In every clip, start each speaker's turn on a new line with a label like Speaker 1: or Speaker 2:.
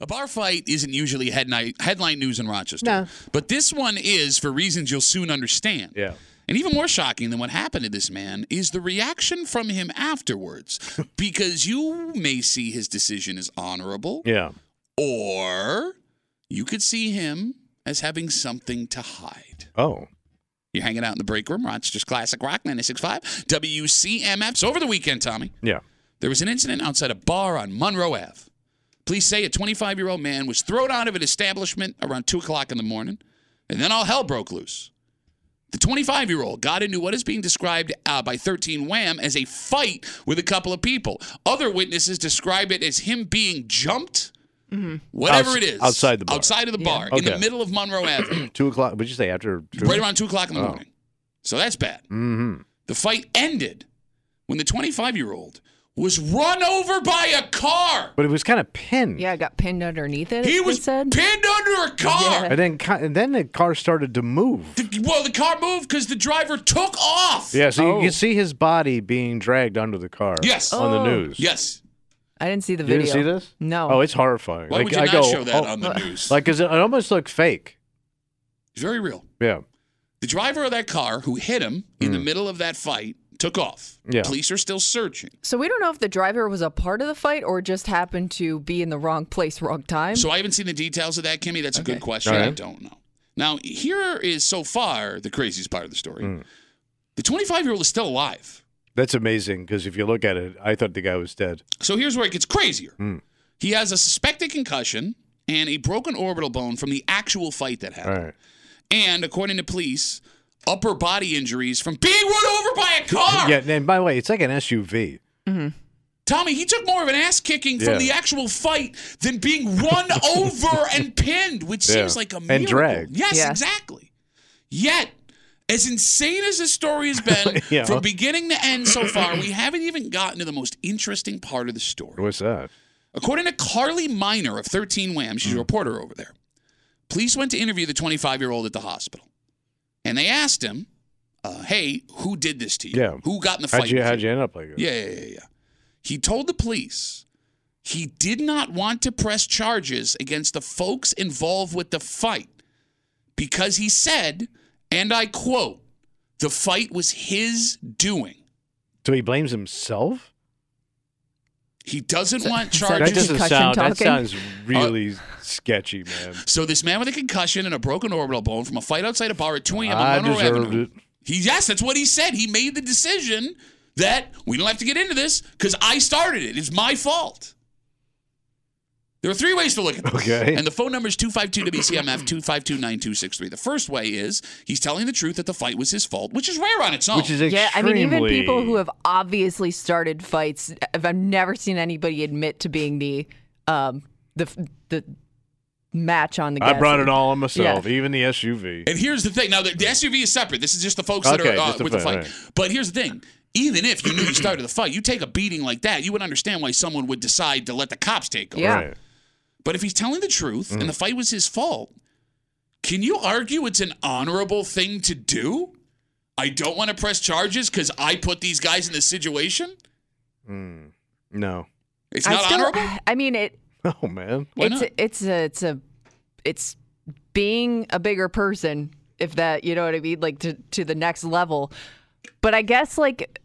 Speaker 1: A bar fight isn't usually headline headline news in Rochester.
Speaker 2: No.
Speaker 1: But this one is for reasons you'll soon understand.
Speaker 3: Yeah.
Speaker 1: And even more shocking than what happened to this man is the reaction from him afterwards, because you may see his decision as honorable,
Speaker 3: Yeah.
Speaker 1: or you could see him as having something to hide.
Speaker 3: Oh.
Speaker 1: You're hanging out in the break room, Rochester's Classic Rock 96.5, WCMFs. Over the weekend, Tommy,
Speaker 3: Yeah.
Speaker 1: there was an incident outside a bar on Monroe Ave. Police say a 25 year old man was thrown out of an establishment around 2 o'clock in the morning, and then all hell broke loose. The 25 year old got into what is being described uh, by 13 Wham as a fight with a couple of people. Other witnesses describe it as him being jumped, whatever
Speaker 3: Outs-
Speaker 1: it is.
Speaker 3: outside the bar.
Speaker 1: Outside of the bar, in the
Speaker 3: Okay.
Speaker 1: middle of Monroe Avenue,
Speaker 3: Two o'clock. What'd you say after? Two?
Speaker 1: right around 2 o'clock in
Speaker 3: Oh.
Speaker 1: the morning. So that's bad.
Speaker 3: Mm-hmm.
Speaker 1: The fight ended when the 25 year old was run over by a car.
Speaker 3: But it was kind of pinned.
Speaker 2: Yeah, I got pinned underneath it.
Speaker 1: He
Speaker 2: they
Speaker 1: was
Speaker 2: said.
Speaker 1: pinned under a car.
Speaker 3: And then, ki- and then the car started to move.
Speaker 1: The- well, the car moved because the driver took off.
Speaker 3: Yeah. So
Speaker 2: Oh.
Speaker 3: you can see his body being dragged under the car.
Speaker 1: Yes.
Speaker 3: On the
Speaker 2: Oh.
Speaker 3: news.
Speaker 1: Yes.
Speaker 2: I didn't see the
Speaker 3: You
Speaker 2: video.
Speaker 3: didn't see this?
Speaker 2: No.
Speaker 3: Oh, it's horrifying.
Speaker 1: Why
Speaker 3: like,
Speaker 1: would you
Speaker 3: I
Speaker 1: not
Speaker 3: go,
Speaker 1: show that
Speaker 3: oh,
Speaker 1: on the news?
Speaker 3: Like, 'cause it, it almost looked fake.
Speaker 1: It's very real.
Speaker 3: Yeah.
Speaker 1: The driver of that car who hit him in the middle of that fight took off.
Speaker 3: Mm. Yeah.
Speaker 1: Police are still searching.
Speaker 2: So we don't know if the driver was a part of the fight or just happened to be in the wrong place, wrong time.
Speaker 1: So I haven't seen the details of that, Kimmy. That's a good question.
Speaker 3: All
Speaker 1: I
Speaker 3: right.
Speaker 1: don't know. Now, here is so far the craziest part of the story.
Speaker 3: Mm.
Speaker 1: The 25 year old is still alive.
Speaker 3: That's amazing because if you look at it, I thought the guy was dead.
Speaker 1: So here's where it gets crazier.
Speaker 3: Hmm.
Speaker 1: He has a suspected concussion and a broken orbital bone from the actual fight that
Speaker 3: All
Speaker 1: happened.
Speaker 3: right.
Speaker 1: And according to police, upper body injuries from being run over by a car.
Speaker 3: Yeah. And by the way, it's like an SUV.
Speaker 1: Tommy, he took more of an ass kicking from
Speaker 3: Yeah.
Speaker 1: the actual fight than being run over and pinned, which
Speaker 3: Yeah.
Speaker 1: seems like a
Speaker 3: And
Speaker 1: miracle.
Speaker 3: dragged.
Speaker 1: Yes,
Speaker 2: Yeah.
Speaker 1: exactly. Yet, as insane as this story has been
Speaker 3: Yeah.
Speaker 1: from beginning to end so far, we haven't even gotten to the most interesting part of the story.
Speaker 3: What's that?
Speaker 1: According to Carly Miner of 13 Wham,
Speaker 3: Hmm.
Speaker 1: she's a reporter over there. Police went to interview the 25 year old at the hospital, and they asked him, uh, "Hey, who did this to you?
Speaker 3: Yeah.
Speaker 1: Who got in the fight?
Speaker 3: How'd you,
Speaker 1: with
Speaker 3: how'd you end up like that?
Speaker 1: Yeah, yeah, yeah, yeah." He told the police he did not want to press charges against the folks involved with the fight because he said, and I quote, "The fight was his doing."
Speaker 3: So he blames himself?
Speaker 1: He doesn't want
Speaker 2: so
Speaker 1: charges.
Speaker 3: That doesn't
Speaker 2: concussion
Speaker 3: sound. That
Speaker 2: talking?
Speaker 3: sounds really sketchy, man.
Speaker 1: So this man with a concussion and a broken orbital bone from a fight outside a bar at 2 a.m.
Speaker 3: I
Speaker 1: on Monroe
Speaker 3: deserved
Speaker 1: Avenue.
Speaker 3: it.
Speaker 1: He, yes, that's what he said. He made the decision that we don't have to get into this because I started it. It's my fault. There are three ways to look at this.
Speaker 3: Okay.
Speaker 1: And the phone number is 252-WCMF, 252-9263. The first way is he's telling the truth that the fight was his fault, which is rare on its own.
Speaker 3: Which is extremely.
Speaker 2: yeah, I mean, even people who have obviously started fights, I've I've never seen anybody admit to being the um, the the match on the.
Speaker 3: I
Speaker 2: gas
Speaker 3: brought it
Speaker 2: leak.
Speaker 3: all on myself, even the SUV.
Speaker 1: And here's the thing. Now, the, the SUV is separate. This is just the folks that
Speaker 3: Okay,
Speaker 1: are uh,
Speaker 3: just the
Speaker 1: with the
Speaker 3: fight,
Speaker 1: fight.
Speaker 3: right.
Speaker 1: But here's the thing. Even if you knew you started the fight, you take a beating like that, you would understand why someone would decide to let the cops take over.
Speaker 2: Yeah.
Speaker 3: Right.
Speaker 1: But if he's telling the truth and the fight was his fault, can you argue it's an honorable thing to do? I don't want to press charges because I put these guys in this situation.
Speaker 3: No.
Speaker 1: It's
Speaker 2: I
Speaker 1: not
Speaker 2: still-
Speaker 1: honorable.
Speaker 2: I mean, it
Speaker 3: Oh man.
Speaker 1: Why
Speaker 2: it's
Speaker 1: not?
Speaker 2: A, it's a it's a it's being a bigger person if that you know what i mean like to to the next level but i guess like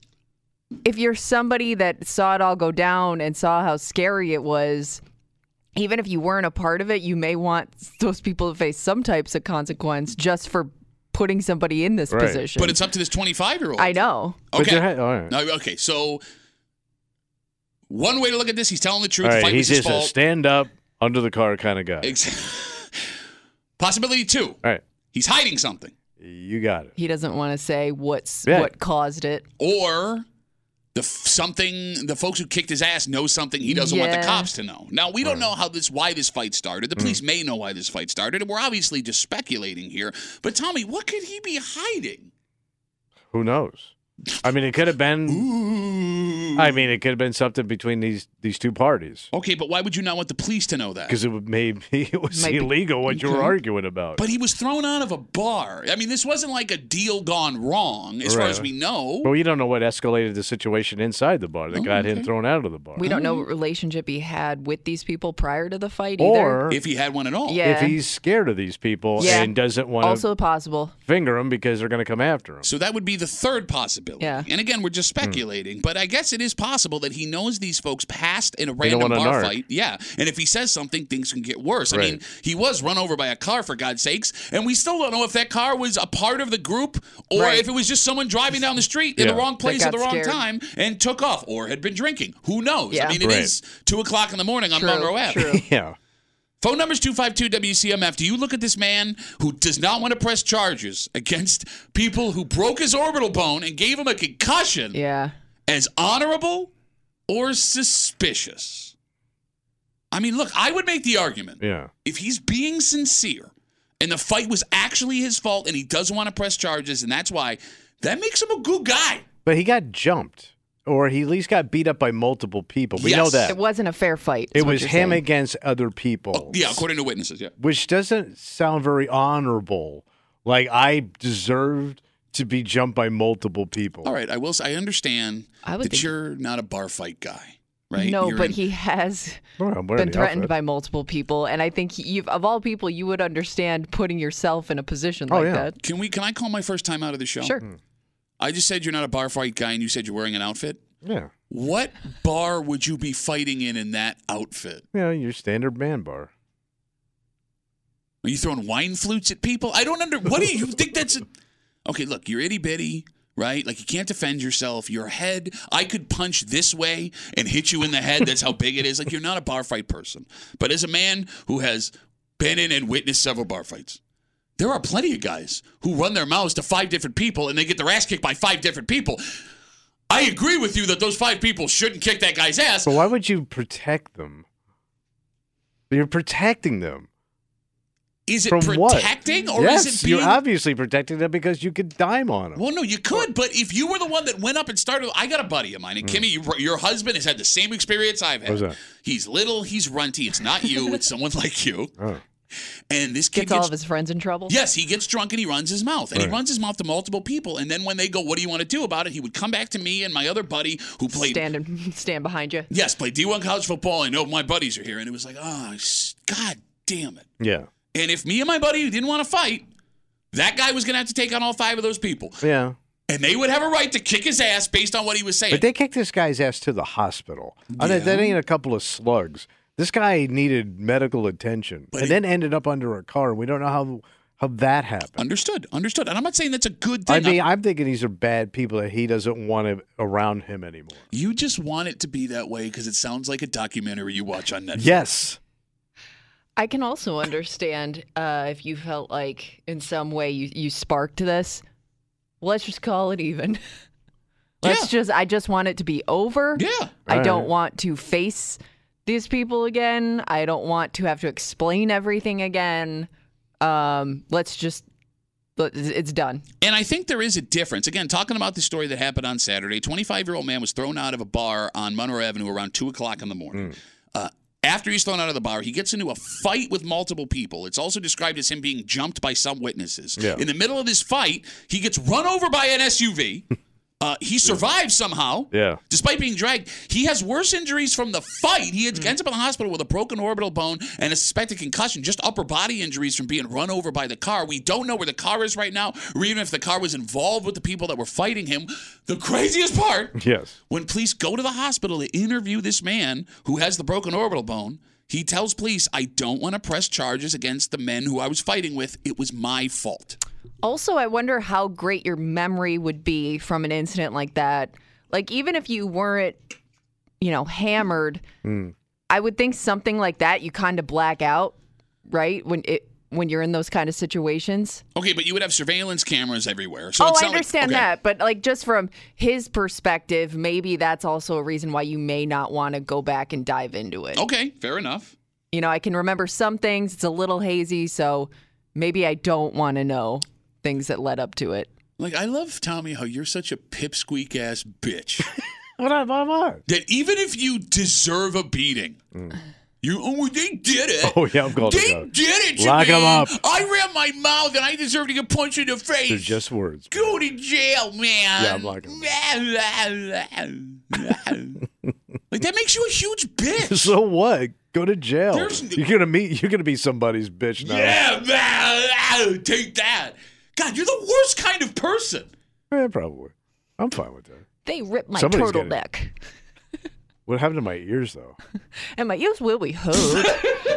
Speaker 2: if you're somebody that saw it all go down and saw how scary it was even if you weren't a part of it you may want those people to face some types of consequence just for putting somebody in this
Speaker 3: Right.
Speaker 2: position
Speaker 1: But it's up to this 25 year old.
Speaker 2: i know
Speaker 3: But
Speaker 1: Okay.
Speaker 3: there ha- all right.
Speaker 1: No, okay. So one way to look at this, he's telling the truth.
Speaker 3: all
Speaker 1: the
Speaker 3: right.
Speaker 1: fight
Speaker 3: He's
Speaker 1: was his
Speaker 3: just a
Speaker 1: fault.
Speaker 3: stand up under the car kind of guy.
Speaker 1: Ex- Possibility two,
Speaker 3: all right.
Speaker 1: he's hiding something.
Speaker 3: You got it.
Speaker 2: he doesn't want to say what's
Speaker 3: Yeah.
Speaker 2: what caused it
Speaker 1: Or the f- something the folks who kicked his ass know something he doesn't want the
Speaker 2: Yeah.
Speaker 1: cops to know. Now we don't know how this why this fight started. The police may know why this fight started, and we're obviously just speculating here. But Tommy, what could he be hiding?
Speaker 3: Who knows? I mean, it could have been.
Speaker 1: Ooh.
Speaker 3: I mean, it could have been something between these these two parties
Speaker 1: Okay, but why would you not want the police to know that?
Speaker 3: because it would maybe it was
Speaker 2: Might be-
Speaker 3: illegal what
Speaker 2: Mm-hmm.
Speaker 3: you were arguing about.
Speaker 1: But he was thrown out of a bar. I mean, this wasn't like a deal gone wrong, as far
Speaker 3: Right.
Speaker 1: as we know.
Speaker 3: well, you don't know what escalated the situation inside the bar that got him thrown out of the bar,
Speaker 2: We don't know what relationship he had with these people prior to the fight either.
Speaker 3: or
Speaker 1: If he had one at all.
Speaker 2: Yeah.
Speaker 3: if he's scared of these people
Speaker 2: Yeah.
Speaker 3: and doesn't want
Speaker 2: Also possible.
Speaker 3: to finger them because they're going to come after him.
Speaker 1: So that would be the third possibility.
Speaker 2: Yeah.
Speaker 1: And again, we're
Speaker 3: Hmm.
Speaker 1: just speculating, but I guess it is possible that he knows these folks past in a
Speaker 3: don't
Speaker 1: random
Speaker 3: want a
Speaker 1: bar
Speaker 3: narc.
Speaker 1: fight. Yeah. And if he says something, things can get worse. I
Speaker 3: Right.
Speaker 1: mean, he was run over by a car, for God's sakes, and we still don't know if that car was a part of the group or
Speaker 2: Right.
Speaker 1: if it was just someone driving down the street in
Speaker 3: Yeah.
Speaker 1: the wrong place at the
Speaker 2: got
Speaker 1: wrong
Speaker 2: scared.
Speaker 1: time and took off or had been drinking. Who knows? I
Speaker 2: Yeah.
Speaker 1: mean, it is
Speaker 3: Right.
Speaker 1: 2 o'clock in the morning on
Speaker 2: True,
Speaker 1: Monroe Ave.
Speaker 2: true.
Speaker 3: Yeah.
Speaker 1: Phone number's 252-WCMF. Do you look at this man who does not want to press charges against people who broke his orbital bone and gave him a concussion
Speaker 2: Yeah.
Speaker 1: as honorable or suspicious? I mean, look, I would make the argument
Speaker 3: Yeah.
Speaker 1: if he's being sincere and the fight was actually his fault and he doesn't want to press charges and that's why, that makes him a good guy.
Speaker 3: But he got jumped, or he at least got beat up by multiple people. We know
Speaker 1: Yes.
Speaker 3: that.
Speaker 2: It wasn't a fair fight. is
Speaker 3: It
Speaker 2: what
Speaker 3: was
Speaker 2: you're
Speaker 3: him
Speaker 2: saying. Oh,
Speaker 3: against other people.
Speaker 1: Yeah, according to witnesses, yeah.
Speaker 3: Which doesn't sound very honorable. Like I deserved to be jumped by multiple people.
Speaker 1: All right, I will say, I understand
Speaker 2: I would
Speaker 1: that
Speaker 2: think-
Speaker 1: you're not a bar fight guy, right?
Speaker 2: No,
Speaker 1: You're
Speaker 2: but
Speaker 1: in-
Speaker 2: he has
Speaker 3: Well, I'm wearing
Speaker 2: been
Speaker 3: the
Speaker 2: threatened
Speaker 3: outfit.
Speaker 2: by multiple people, and I think you, of all people, you would understand putting yourself in a position
Speaker 3: Oh,
Speaker 2: like
Speaker 3: yeah. Mm.
Speaker 2: that.
Speaker 1: Can we? Can I call my first time out of the show?
Speaker 2: Sure.
Speaker 1: I just said you're not a bar fight guy, and you said you're wearing an outfit.
Speaker 3: Yeah.
Speaker 1: What bar would you be fighting in in that outfit?
Speaker 3: Yeah, your standard man bar.
Speaker 1: Are you throwing wine flutes at people? I don't under. What do you think that's? A, okay, look, you're itty bitty, right? Like you can't defend yourself. Your head. I could punch this way and hit you in the head. That's how big it is. Like you're not a bar fight person. But as a man who has been in and witnessed several bar fights, there are plenty of guys who run their mouths to five different people and they get their ass kicked by five different people. I agree with you that those five people shouldn't kick that guy's ass.
Speaker 3: But why would you protect them? You're protecting them.
Speaker 1: Is it
Speaker 3: From what?
Speaker 1: protecting or
Speaker 3: yes,
Speaker 1: is it being
Speaker 3: you're obviously protecting them because you could dime on them.
Speaker 1: Well, no, you could, but if you were the one that went up and started, I got a buddy of mine, and Kimmy, your, your husband has had the same experience I've had.
Speaker 3: What was Hmm. that?
Speaker 1: He's little, he's runty. It's not you, it's someone like you.
Speaker 3: Oh.
Speaker 1: And this kid
Speaker 2: Gets all of his friends in trouble.
Speaker 1: Yes, he gets drunk and he runs his mouth. And he runs his mouth to multiple people. And then when they go, What do you want to do about it? He would come back to me and my other buddy who played
Speaker 2: Stand and stand behind you.
Speaker 1: Yes, played D1 college football. I know my buddies are here. And it was like, oh s- god damn it.
Speaker 3: Yeah.
Speaker 1: And if me and my buddy who didn't want to fight, that guy was gonna have to take on all five of those people.
Speaker 3: Yeah.
Speaker 1: And they would have a right to kick his ass based on what he was saying.
Speaker 3: But they kicked this guy's ass to the hospital. I mean, that ain't a couple of slugs. This guy needed medical attention and then ended up under a car. We don't know how how that happened.
Speaker 1: Understood. Understood. And I'm not saying that's a good
Speaker 3: I
Speaker 1: thing.
Speaker 3: mean, I'm thinking these are bad people that he doesn't want to, around him anymore.
Speaker 1: you just want it to be that way because it sounds like a documentary you watch on Netflix.
Speaker 3: Yes.
Speaker 2: I can also understand uh, if you felt like in some way you, you sparked this. Let's just call it even. Let's just, I just want it to be over.
Speaker 1: Yeah.
Speaker 2: I don't
Speaker 3: Alright.
Speaker 2: want to face these people again. I don't want to have to explain everything again. Um, let's just, let- it's done.
Speaker 1: And I think there is a difference. Again, talking about the story that happened on Saturday, 25 year old man was thrown out of a bar on Monroe Avenue around 2 o'clock in the
Speaker 3: Mm.
Speaker 1: morning. Uh, after he's thrown out of the bar, he gets into a fight with multiple people. It's also described as him being jumped by some witnesses.
Speaker 3: Yeah.
Speaker 1: In the middle of this fight, he gets run over by an SUV. Uh, he survives somehow.
Speaker 3: Yeah.
Speaker 1: Despite being dragged, he has worse injuries from the fight. He had- ends up in the hospital with a broken orbital bone and a suspected concussion, just upper body injuries from being run over by the car. We don't know where the car is right now, or even if the car was involved with the people that were fighting him. The craziest part
Speaker 3: Yes.
Speaker 1: when police go to the hospital to interview this man who has the broken orbital bone, he tells police, I don't want to press charges against the men who I was fighting with. It was my fault.
Speaker 2: Also, I wonder how great your memory would be from an incident like that. Like, even if you weren't, you know, hammered, I would think something like that you kind of black out, right? When it when you're in those kind of situations.
Speaker 1: Okay, but you would have surveillance cameras everywhere. So
Speaker 2: oh,
Speaker 1: it's
Speaker 2: I
Speaker 1: not like-
Speaker 2: understand
Speaker 1: okay.
Speaker 2: that, but like just from his perspective, maybe that's also a reason why you may not want to go back and dive into
Speaker 3: Oh.
Speaker 2: it.
Speaker 1: Okay, fair enough.
Speaker 2: You know, I can remember some things; it's a little hazy, so maybe I don't want to know things that led up to it.
Speaker 1: Like, I love, Tommy, how you're such a pipsqueak ass bitch.
Speaker 3: What I what? what?
Speaker 1: that even if you deserve a beating, you oh well, they did it.
Speaker 3: Mm. Oh yeah, I'm going
Speaker 1: they
Speaker 3: to
Speaker 1: did it to
Speaker 3: Lock
Speaker 1: me.
Speaker 3: 'em up.
Speaker 1: I ran my mouth and I deserve to get punched in the face.
Speaker 3: They're just words.
Speaker 1: Go to jail, man.
Speaker 3: Yeah, I'm locking
Speaker 1: like that makes you a huge bitch.
Speaker 3: So what? Go to jail.
Speaker 1: There's-
Speaker 3: You're gonna meet. You're gonna be somebody's bitch now.
Speaker 1: yeah, man. Take that. God, you're the worst kind of person.
Speaker 3: Eh, probably. I'm fine with that.
Speaker 2: They ripped my
Speaker 3: Somebody's getting-
Speaker 2: turtleneck,
Speaker 3: What happened to my ears though?
Speaker 2: and my ears will be hurt.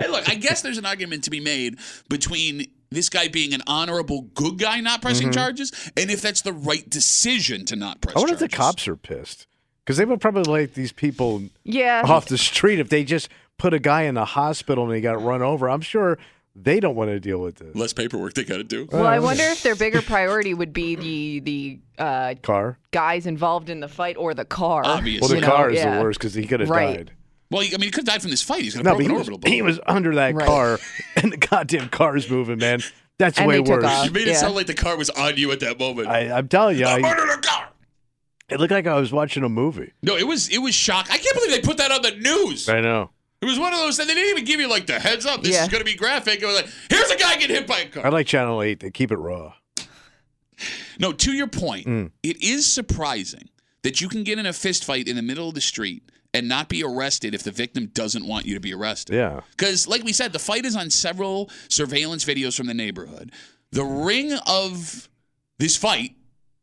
Speaker 1: Hey, look, I guess there's an argument to be made between this guy being an honorable good guy not pressing charges and if that's the right decision to not press
Speaker 3: Mm-hmm. I wonder
Speaker 1: charges.
Speaker 3: if the cops are pissed because they would probably like these people
Speaker 2: yeah,
Speaker 3: off the street if they just put a guy in the hospital and he got run over. I'm sure they don't want to deal with this.
Speaker 1: Less paperwork they got to do.
Speaker 3: Uh,
Speaker 2: Well, I wonder if their bigger priority would be the the uh,
Speaker 3: Car.
Speaker 2: guys involved in the fight or the car.
Speaker 1: Obviously.
Speaker 3: Well, the
Speaker 2: You know,
Speaker 3: car is
Speaker 2: yeah.
Speaker 3: the worst because he could have
Speaker 2: Right.
Speaker 3: died.
Speaker 1: Well, he- I mean, he could have died from this fight. He's going to
Speaker 3: No,
Speaker 1: broke
Speaker 3: but
Speaker 1: an
Speaker 3: he was,
Speaker 1: orbital bone.
Speaker 3: he was under that
Speaker 2: Right.
Speaker 3: car, and the goddamn car's moving, man. That's
Speaker 2: And
Speaker 3: way
Speaker 2: they took
Speaker 3: worse.
Speaker 1: you
Speaker 2: off.
Speaker 1: made it
Speaker 2: yeah.
Speaker 1: sound like the car was on you at that moment.
Speaker 3: I, I'm telling you,
Speaker 1: I
Speaker 3: I,
Speaker 1: murdered a car.
Speaker 3: it looked like I was watching a movie.
Speaker 1: No, it was it was shock. I can't believe they put that on the news.
Speaker 3: I know.
Speaker 1: It was one of those. They didn't even give you like the heads up. This
Speaker 2: Yeah.
Speaker 1: is going to be graphic. It was like, here's a guy getting hit by a car.
Speaker 3: I like Channel Eight. They keep it raw.
Speaker 1: No, to your point, it is surprising that you can get in a fist fight in the middle of the street and not be arrested if the victim doesn't want you to be arrested.
Speaker 3: Yeah.
Speaker 1: Because, like we said, the fight is on several surveillance videos from the neighborhood. The ring of this fight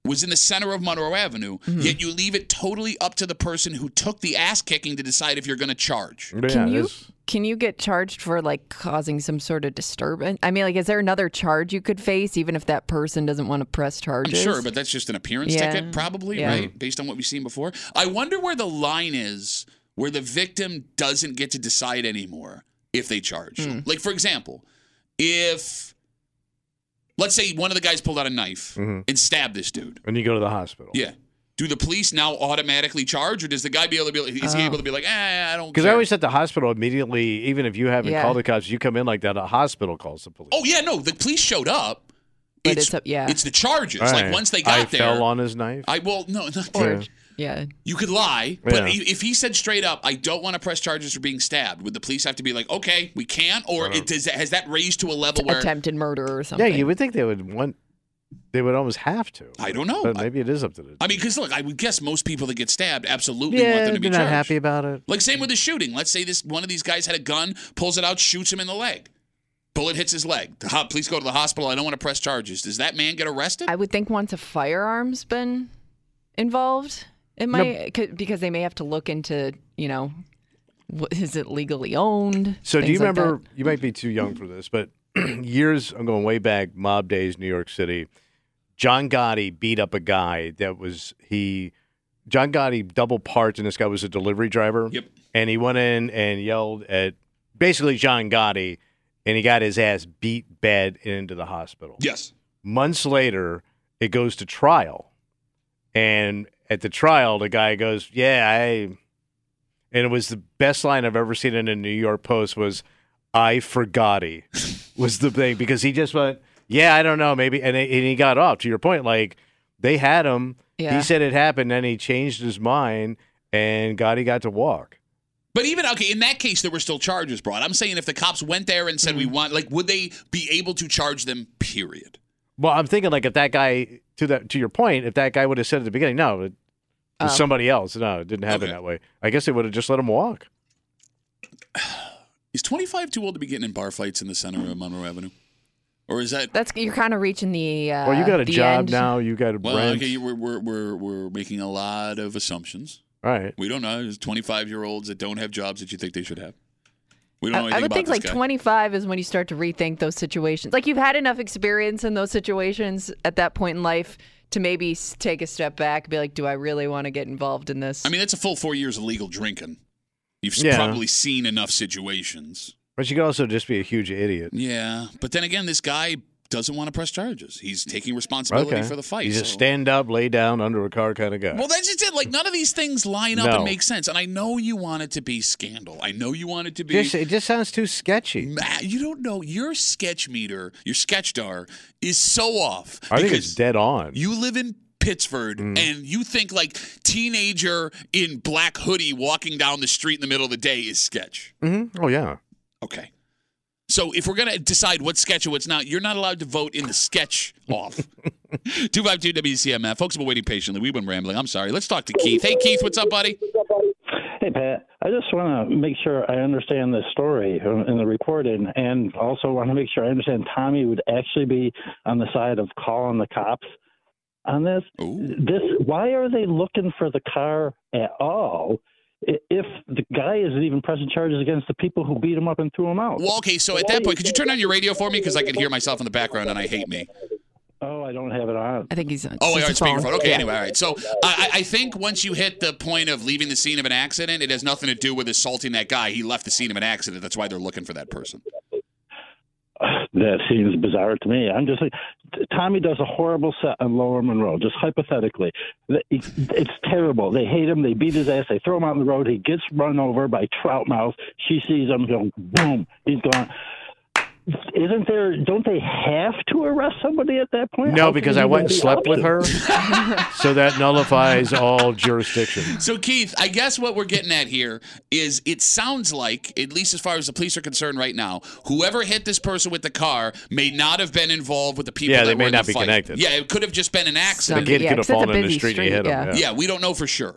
Speaker 1: was in the center of Monroe Avenue, yet you leave it totally up to the person who took the ass kicking to decide if you're going to charge.
Speaker 3: But
Speaker 2: Can
Speaker 3: yeah,
Speaker 2: you
Speaker 3: this-
Speaker 2: can you get charged for like causing some sort of disturbance? I mean, like, is there another charge you could face even if that person doesn't want to press
Speaker 1: I'm
Speaker 2: charges?
Speaker 1: sure, but that's just an appearance
Speaker 2: Yeah.
Speaker 1: ticket, probably,
Speaker 2: Yeah.
Speaker 1: right? Based on what we've seen before. I wonder where the line is where the victim doesn't get to decide anymore if they charge.
Speaker 3: Hmm.
Speaker 1: Like, for example, if, let's say, one of the guys pulled out a knife
Speaker 3: Mm-hmm.
Speaker 1: and stabbed this dude.
Speaker 3: and you go to the hospital.
Speaker 1: Yeah. Do the police now automatically charge, or does the guy be able to be? Like, is he able to be like, eh, I don't?
Speaker 3: Because
Speaker 1: care.
Speaker 3: Oh. I always at the hospital immediately, even if you haven't
Speaker 2: Yeah.
Speaker 3: called the cops, you come in like that, a hospital calls the police.
Speaker 1: Oh yeah, no, the police showed up.
Speaker 2: But it's up- yeah.
Speaker 1: It's the charges.
Speaker 3: All
Speaker 1: Like
Speaker 3: uh, right.
Speaker 1: once they
Speaker 3: I
Speaker 1: got there,
Speaker 3: fell on Oh, his knife.
Speaker 1: I well, no, not
Speaker 2: Or, yeah.
Speaker 1: You could lie,
Speaker 3: Yeah.
Speaker 1: but i if he said straight up, "I don't want to press charges for being stabbed," would the police have to be like, "Okay, we can't," or it, does that, has that raised to a level where
Speaker 2: attempted murder or
Speaker 3: yeah,
Speaker 2: something.
Speaker 3: you would think they would want, they would almost have to.
Speaker 1: I don't know.
Speaker 3: But
Speaker 1: I,
Speaker 3: maybe it is up to the.
Speaker 1: I mean, because look, I would guess most people that get stabbed absolutely want
Speaker 3: yeah,
Speaker 1: them to
Speaker 3: they're
Speaker 1: be
Speaker 3: not
Speaker 1: charged.
Speaker 3: happy about it.
Speaker 1: Like same with the shooting. Let's say this one of these guys had a gun, pulls it out, shoots him in the leg. Bullet hits his leg. The ho- Please go to the hospital. I don't want to press charges. Does that man get arrested?
Speaker 2: I would think once a firearm's been involved, it might c- because they may have to look into you know, what, is it legally owned?
Speaker 3: So do you
Speaker 2: things like that.
Speaker 3: remember? You might be too young for this, but years I'm going way back. Mob days, New York City. John Gotti beat up a guy that was he. John Gotti double parked, and this guy was a delivery driver.
Speaker 1: Yep.
Speaker 3: And he went in and yelled at basically John Gotti, and he got his ass beat bad into the hospital.
Speaker 1: yes.
Speaker 3: Months later, it goes to trial, and at the trial, the guy goes, "Yeah, I." And it was the best line I've ever seen in a New York Post was, "I forgot he," was the thing because he just went, "Yeah, I don't know, maybe," and, and he got off. To your point, like they had him.
Speaker 2: Yeah.
Speaker 3: He said it happened, then he changed his mind, and Gotti got to walk.
Speaker 1: But even okay, in that case, there were still charges brought. I'm saying if the cops went there and said
Speaker 3: Mm.
Speaker 1: we want, like, would they be able to charge them? Period.
Speaker 3: Well, I'm thinking like if that guy to that to your point, if that guy would have said at the beginning, no, it was somebody else. No, it didn't
Speaker 1: Um,
Speaker 3: happen
Speaker 1: Okay.
Speaker 3: that way. I guess they would have just let him walk.
Speaker 1: Is 25 too old to be getting in bar fights in the center of Monroe Avenue, or is that?
Speaker 2: That's you're kind of reaching the. Uh,
Speaker 3: well, you got a
Speaker 2: the
Speaker 3: job
Speaker 2: end.
Speaker 3: now. You got a
Speaker 1: Well,
Speaker 3: rent.
Speaker 1: okay, you- we're, we're we're we're making a lot of assumptions.
Speaker 3: All right.
Speaker 1: We don't know. There's 25 year olds that don't have jobs that you think they should have. We don't know
Speaker 2: I, I
Speaker 1: anything
Speaker 2: would
Speaker 1: about
Speaker 2: think
Speaker 1: this
Speaker 2: like
Speaker 1: guy.
Speaker 2: 25 is when you start to rethink those situations. Like you've had enough experience in those situations at that point in life to maybe s- take a step back, and be like, do I really want to get involved in this?
Speaker 1: I mean, that's a full four years of legal drinking. You've s-
Speaker 3: Yeah.
Speaker 1: probably seen enough situations.
Speaker 3: But you could also just be a huge idiot.
Speaker 1: Yeah, but then again, this guy doesn't want to press charges. He's taking responsibility for the fight.
Speaker 3: He's a
Speaker 1: so-
Speaker 3: stand up, lay down under a car kind of guy.
Speaker 1: Well, that's just it. Like none of these things line up
Speaker 3: No.
Speaker 1: and make sense. And I know you want it to be scandal. I know you want it to be.
Speaker 3: just, it just sounds too sketchy.
Speaker 1: Ma- you don't know your sketch meter, your sketch dar is so off.
Speaker 3: I think
Speaker 1: because
Speaker 3: it's dead Mm. on.
Speaker 1: You live in Pittsford and you think like teenager in black hoodie walking down the street in the middle of the day is sketch.
Speaker 3: Mhm. Oh yeah,
Speaker 1: Okay. So if we're gonna decide what's sketch and what's not, you're not allowed to vote in the sketch off. Two five two WCMF. Folks have been waiting patiently. We've been rambling. I'm sorry. Let's talk to Keith. Hey Keith, what's up, buddy?
Speaker 4: Hey, Pat. I just want to make sure I understand the story in the recording, and also want to make sure I understand Tommy would actually be on the side of calling the cops on this.
Speaker 1: Ooh.
Speaker 4: This why are they looking for the car at all? i- If the guy isn't even pressing charges against the people who beat him up and threw him out.
Speaker 1: Well, okay. So at that point, could you turn on your radio for me because I can hear myself in the background and I hate me.
Speaker 4: Oh, I don't have it on.
Speaker 2: I think he's on.
Speaker 1: Oh,
Speaker 2: he's
Speaker 1: wait, all right,
Speaker 2: a phone.
Speaker 1: speakerphone. Okay,
Speaker 2: Yeah.
Speaker 1: anyway, all right. So I, I I think once you hit the point of leaving the scene of an accident, it has nothing to do with assaulting that guy. He left the scene of an accident. That's why they're looking for that person.
Speaker 4: That seems bizarre to me. I'm just like, t- Tommy does a horrible set on Lower Monroe, just hypothetically. Th- It's it's terrible. They hate him. They beat his ass. They throw him out on the road. He gets run over by Troutmouth. She sees him. Go boom. He's gone. Isn't there? Don't they have to arrest somebody at that point? How
Speaker 3: no,
Speaker 4: can
Speaker 3: because
Speaker 4: it
Speaker 3: I went and
Speaker 4: even be
Speaker 3: slept with
Speaker 4: optional?
Speaker 3: her, so that nullifies all jurisdiction.
Speaker 1: So, Keith, I guess what we're getting at here is it sounds like, at least as far as the police are concerned right now, whoever hit this person with the car may not have been involved with the people.
Speaker 3: Yeah,
Speaker 1: that
Speaker 3: they may
Speaker 1: were in the
Speaker 3: not be
Speaker 1: fight.
Speaker 3: connected.
Speaker 1: Yeah, it could have just been an
Speaker 3: The
Speaker 1: accident.
Speaker 2: Some-
Speaker 3: kid
Speaker 2: yeah,
Speaker 3: could have
Speaker 2: 'cause that's a
Speaker 3: fallen in the
Speaker 2: busy
Speaker 3: street,
Speaker 2: street,
Speaker 3: and hit him.
Speaker 1: yeah,
Speaker 2: yeah.
Speaker 1: we don't know for sure.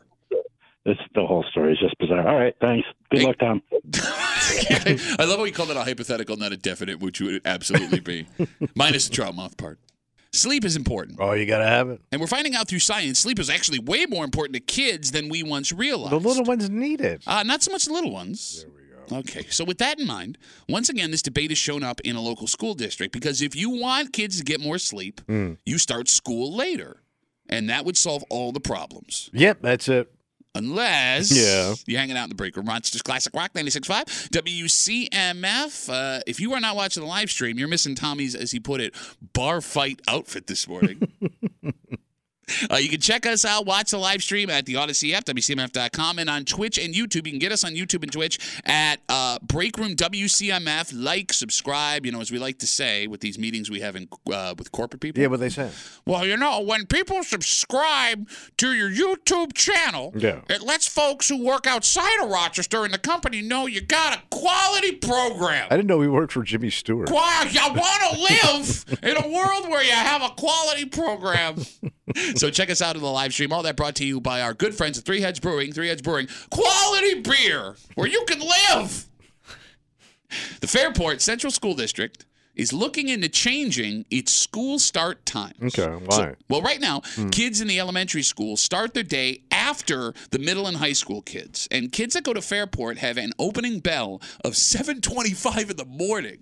Speaker 4: It's the whole story is just bizarre. All right, thanks. Good
Speaker 1: Hey.
Speaker 4: luck, Tom.
Speaker 1: I love how you called it a hypothetical, not a definite, which would absolutely be, minus the trout mouth part. Sleep is important.
Speaker 3: Oh, you gotta have it.
Speaker 1: And we're finding out through science, sleep is actually way more important to kids than we once realized.
Speaker 3: The little ones need it.
Speaker 1: Uh, not so much the little ones. There we go. Okay, so with that in mind, once again, this debate has shown up in a local school district because if you want kids to get more sleep, you start school later. And that would solve all the problems.
Speaker 3: Yep, that's it.
Speaker 1: Unless
Speaker 3: Yeah.
Speaker 1: you're hanging out in the break room. Monsters Classic Rock 96.5, WCMF. Uh, if you are not watching the live stream, you're missing Tommy's, as he put it, bar fight outfit this morning. Uh, you can check us out, watch the live stream at the Odyssey app, WCMF.com, and on Twitch and YouTube. You can get us on YouTube and Twitch at uh, Break Room WCMF. Like, subscribe, you know, as we like to say with these meetings we have in, uh, with corporate people.
Speaker 3: Yeah, what they said.
Speaker 1: Well, you know, when people subscribe to your YouTube channel,
Speaker 3: Yeah.
Speaker 1: it lets folks who work outside of Rochester and the company know you got a quality program.
Speaker 3: I didn't know we worked for Jimmy Stewart.
Speaker 1: Why you want to live in a world where you have a quality program? so check us out in the live stream. All that brought to you by our good friends at Three Heads Brewing. Three Heads Brewing, quality beer where you can live. The Fairport Central School District is looking into changing its school start times.
Speaker 3: Okay, why?
Speaker 1: So- well, right now, kids in the elementary school start their day after the middle and high school kids, and kids that go to Fairport have an opening bell of 7:25 in the morning.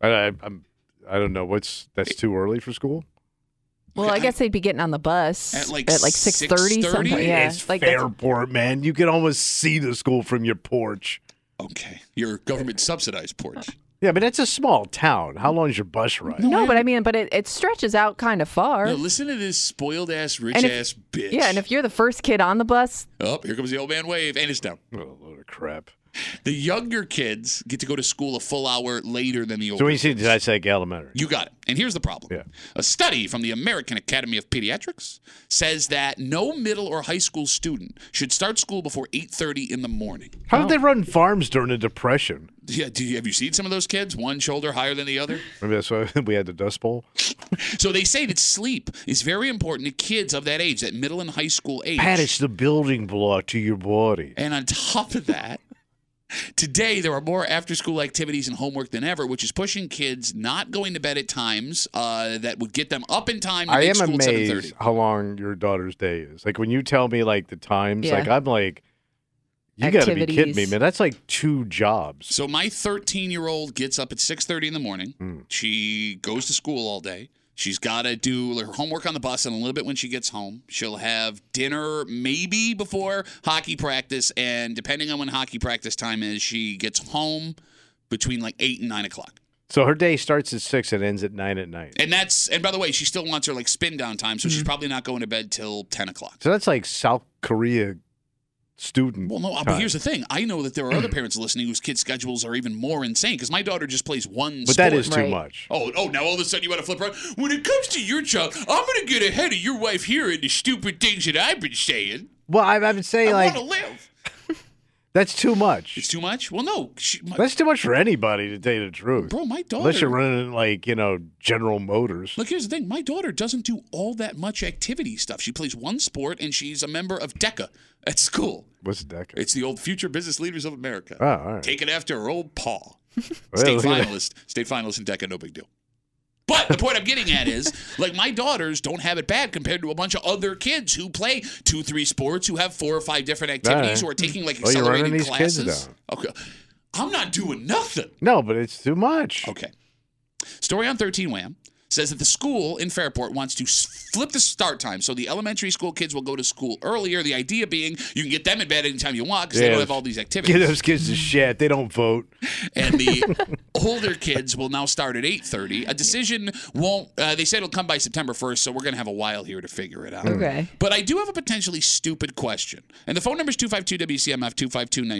Speaker 3: I, I, I'm, I don't know. What's that's too early for school?
Speaker 2: Well, I guess they'd be getting on the bus
Speaker 1: At,
Speaker 2: at
Speaker 1: like,
Speaker 2: like six thirty
Speaker 1: 6:30?
Speaker 2: something. Yeah,
Speaker 3: it's
Speaker 2: like that's-
Speaker 3: Fairport, man. You can almost see the school from your porch.
Speaker 1: Okay, your government subsidized porch.
Speaker 3: Yeah, but that's a small town. How long is your bus ride?
Speaker 2: no, but I mean, but it, it stretches out kind of far.
Speaker 1: Now listen to this spoiled ass, rich
Speaker 2: And if-
Speaker 1: ass bitch.
Speaker 2: yeah, and if you're the first kid on the bus,
Speaker 1: oh, here comes the old man wave, and it's down.
Speaker 3: Oh, load of crap.
Speaker 1: The younger kids get to go to school a full hour later than the older.
Speaker 3: So when you see, did I say elementary?
Speaker 1: You got it. And here's the problem.
Speaker 3: Yeah.
Speaker 1: A study from the American Academy of Pediatrics says that no middle or high school student should start school before 8:30 in the morning.
Speaker 3: How did they run farms during the Depression?
Speaker 1: Yeah, do you, have you seen some of those kids? One shoulder higher than the other.
Speaker 3: Maybe that's why we had the Dust Bowl.
Speaker 1: So they say that sleep is very important to kids of that age, that middle and high school age.
Speaker 3: Pat, it's the building block to your body.
Speaker 1: And on top of that, today there are more after school activities and homework than ever, which is pushing kids not going to bed at times uh, that would get them up in time to
Speaker 3: I
Speaker 1: make
Speaker 3: am
Speaker 1: school at 7:30.
Speaker 3: amazed how long your daughter's day is. Like when you tell me like the times,
Speaker 2: Yeah.
Speaker 3: like I'm like, you got to be kidding me,
Speaker 2: Activities.
Speaker 3: man. That's like two jobs.
Speaker 1: So my 13 year old gets up at 6:30 in the morning.
Speaker 3: Hmm.
Speaker 1: She goes to school all day. She's got to do her homework on the bus and a little bit when she gets home. She'll have dinner maybe before hockey practice, and depending on when hockey practice time is, she gets home between like eight and nine o'clock.
Speaker 3: So her day starts at six and ends at nine at night.
Speaker 1: And that's and by the way, she still wants her like spin down time, so she's
Speaker 3: Mm-hmm.
Speaker 1: probably not going to bed till ten o'clock.
Speaker 3: So that's like South Korea student.
Speaker 1: Well, no, but
Speaker 3: time.
Speaker 1: here's the thing. I know that there are other parents listening whose kids' schedules are even more insane because my daughter just plays one.
Speaker 3: but
Speaker 1: sport.
Speaker 3: that is too
Speaker 2: Right.
Speaker 3: much.
Speaker 1: Oh, oh! Now all of a sudden you want to flip around. When it comes to your child, I'm gonna get ahead of your wife here and the stupid things that I've been saying.
Speaker 3: Well, I, I would say
Speaker 1: I
Speaker 3: like
Speaker 1: want to live.
Speaker 3: that's too
Speaker 1: It's
Speaker 3: much.
Speaker 1: too much. Well, no, she, my,
Speaker 3: That's too much for anybody to tell you the truth.
Speaker 1: bro, my daughter.
Speaker 3: Unless you're running like you know General Motors.
Speaker 1: Look, here's the thing. My daughter doesn't do all that much activity stuff. She plays one sport, and she's a member of DECA at school.
Speaker 3: What's the deck?
Speaker 1: It's the old Future Business Leaders of America.
Speaker 3: Oh, all right.
Speaker 1: Take it after her old paw.
Speaker 3: Well,
Speaker 1: State
Speaker 3: look at that.
Speaker 1: finalist. State finalist in DECA, no big deal. But the point I'm getting at is, like, my daughters don't have it bad compared to a bunch of other kids who play two, three sports, who have four or five different activities,
Speaker 3: Alright.
Speaker 1: who are taking, like,
Speaker 3: Well, Oh, you're running
Speaker 1: accelerated
Speaker 3: these
Speaker 1: classes.
Speaker 3: kids down.
Speaker 1: Okay. I'm not doing nothing.
Speaker 3: No, but it's too much.
Speaker 1: Okay. Story on 13 Wham says that the school in Fairport wants to s- flip the start time so the elementary school kids will go to school earlier. The idea being you can get them in bed anytime you want because they
Speaker 3: Yeah.
Speaker 1: don't have all these
Speaker 3: Give
Speaker 1: activities.
Speaker 3: those kids a shit. They don't vote.
Speaker 1: and the older kids will now start at 8.30. A decision won't, uh, they said it'll come by September 1st, so we're going to have a while here to figure it out.
Speaker 2: Okay.
Speaker 1: But I do have a potentially stupid question. And the phone number is 252-WCMF,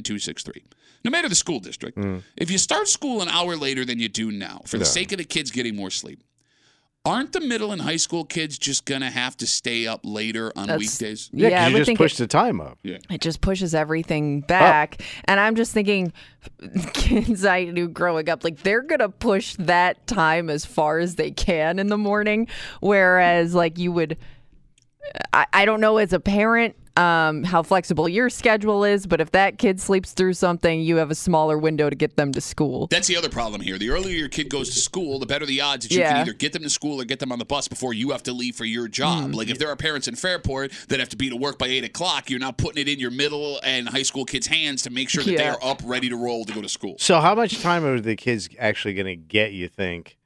Speaker 1: 252-9263. No matter the school district,
Speaker 2: Mm.
Speaker 1: if you start school an hour later than you do now, for the sake of the kids getting more sleep, aren't the middle and high school kids just going to have to stay up later on
Speaker 2: That's-
Speaker 1: weekdays?
Speaker 3: Yeah, 'cause
Speaker 2: I
Speaker 3: you
Speaker 2: would
Speaker 3: just
Speaker 2: think
Speaker 3: push
Speaker 2: it,
Speaker 3: the time up.
Speaker 2: it just pushes everything back. And I'm just thinking, kids I knew growing up, like they're gonna push that time as far as they can in the morning. Whereas, like you would, I, I don't know as a parent. Um, how flexible your schedule is, but if that kid sleeps through something, you have a smaller window to get them to school.
Speaker 1: That's the other problem here. The earlier your kid goes to school, the better the odds that you can
Speaker 2: Yeah.
Speaker 1: either get them to school or get them on the bus before you have to leave for your job.
Speaker 2: Mm.
Speaker 1: Like if there are parents in Fairport that have to be to work by eight o'clock, you're not putting it in your middle and high school kids' hands to make sure that they
Speaker 2: Yeah.
Speaker 1: are up ready to roll to go to school.
Speaker 3: So, how much time are the kids actually going to get? You think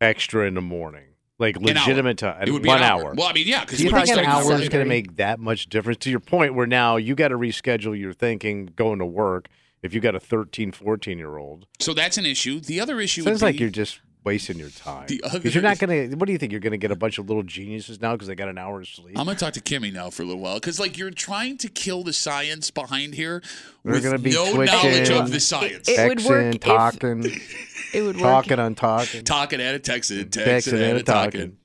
Speaker 3: extra in the morning, like
Speaker 1: hour.
Speaker 3: legitimate time?
Speaker 1: It would be
Speaker 3: one
Speaker 1: an hour. Well, I mean, yeah, because
Speaker 3: Do you
Speaker 2: would be
Speaker 3: think an
Speaker 2: starting at
Speaker 3: hour is
Speaker 2: 7:30.
Speaker 3: going to make that much difference? To your point, where now you got to reschedule your thinking going to work. If you got a 13, 14 year old,
Speaker 1: So that's an issue. The other issue
Speaker 3: sounds
Speaker 1: would
Speaker 3: like
Speaker 1: be,
Speaker 3: you're just wasting your time.
Speaker 1: The other
Speaker 3: 'Cause you're not going to. What do you think? You're going to get a bunch of little geniuses now because they got an hour of sleep.
Speaker 1: I'm gonna talk to Kimmy now for a little while because like you're trying to kill the science behind here
Speaker 3: They're
Speaker 1: with
Speaker 3: gonna be
Speaker 1: no knowledge
Speaker 3: twitching.
Speaker 1: of the science.
Speaker 2: It would work
Speaker 3: Texting, talking,
Speaker 2: if- It would work
Speaker 3: talking on talking,
Speaker 1: talking at a texting,
Speaker 3: texting
Speaker 1: texting at
Speaker 3: and
Speaker 1: a
Speaker 3: a talking.
Speaker 1: talking.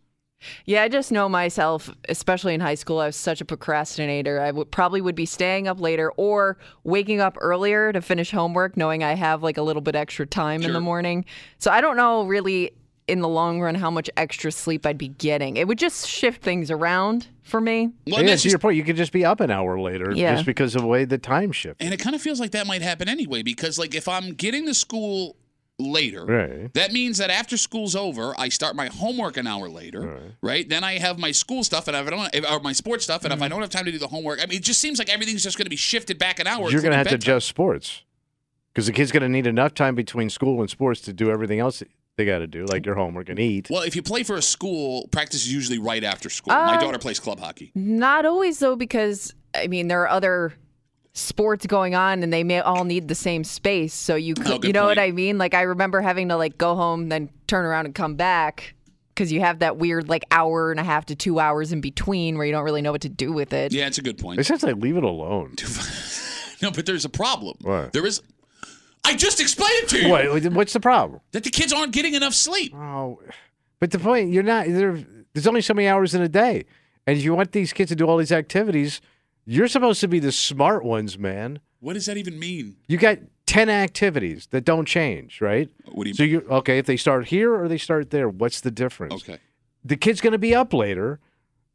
Speaker 2: Yeah, I just know myself, especially in high school, I was such a procrastinator. I would probably would be staying up later or waking up earlier to finish homework, knowing I have like a little bit extra time in
Speaker 1: Sure.
Speaker 2: the morning. So I don't know really in the long run how much extra sleep I'd be getting. It would just shift things around for me.
Speaker 1: Well, and
Speaker 3: yeah,
Speaker 1: that's
Speaker 3: to
Speaker 1: just
Speaker 3: your point, you could just be up an hour later
Speaker 2: Yeah.
Speaker 3: just because of the way the time shift.
Speaker 1: And it kind of feels like that might happen anyway, because like if I'm getting to school later,
Speaker 3: Right.
Speaker 1: that means that after school's over, I start my homework an hour later, right? Then I have my school stuff, and if I don't, if, or my sports stuff, and if
Speaker 3: Mm-hmm.
Speaker 1: I don't have time to do the homework, I mean, it just seems like everything's just going to be shifted back an hour.
Speaker 3: You're going
Speaker 1: including
Speaker 3: to have to
Speaker 1: bedtime.
Speaker 3: adjust sports because the kid's going to need enough time between school and sports to do everything else they got to do, like your homework and eat.
Speaker 1: Well, if you play for a school, practice is usually right after school. my
Speaker 2: Uh,
Speaker 1: daughter plays club hockey.
Speaker 2: Not always though, because I mean there are other sports going on and they may all need the same space. So you could,
Speaker 1: good
Speaker 2: you know what
Speaker 1: point.
Speaker 2: I mean? Like I remember having to like go home, then turn around and come back because you have that weird like hour and a half to two hours in between where you don't really know what to do with it.
Speaker 1: Yeah, it's a good point.
Speaker 3: It sounds like leave it alone.
Speaker 1: No, but there's a problem.
Speaker 3: What?
Speaker 1: There is. I just explained to you
Speaker 3: What? What's the problem?
Speaker 1: that the kids aren't getting enough sleep.
Speaker 3: Oh, but the point you're not there. There's only so many hours in a day, and if you want these kids to do all these activities, you're supposed to be the smart ones, man.
Speaker 1: What does that even mean?
Speaker 3: You got ten activities that don't change, right?
Speaker 1: What do you
Speaker 3: So you okay if they start here or they start there? What's the difference?
Speaker 1: Okay.
Speaker 3: the kid's going to be up later.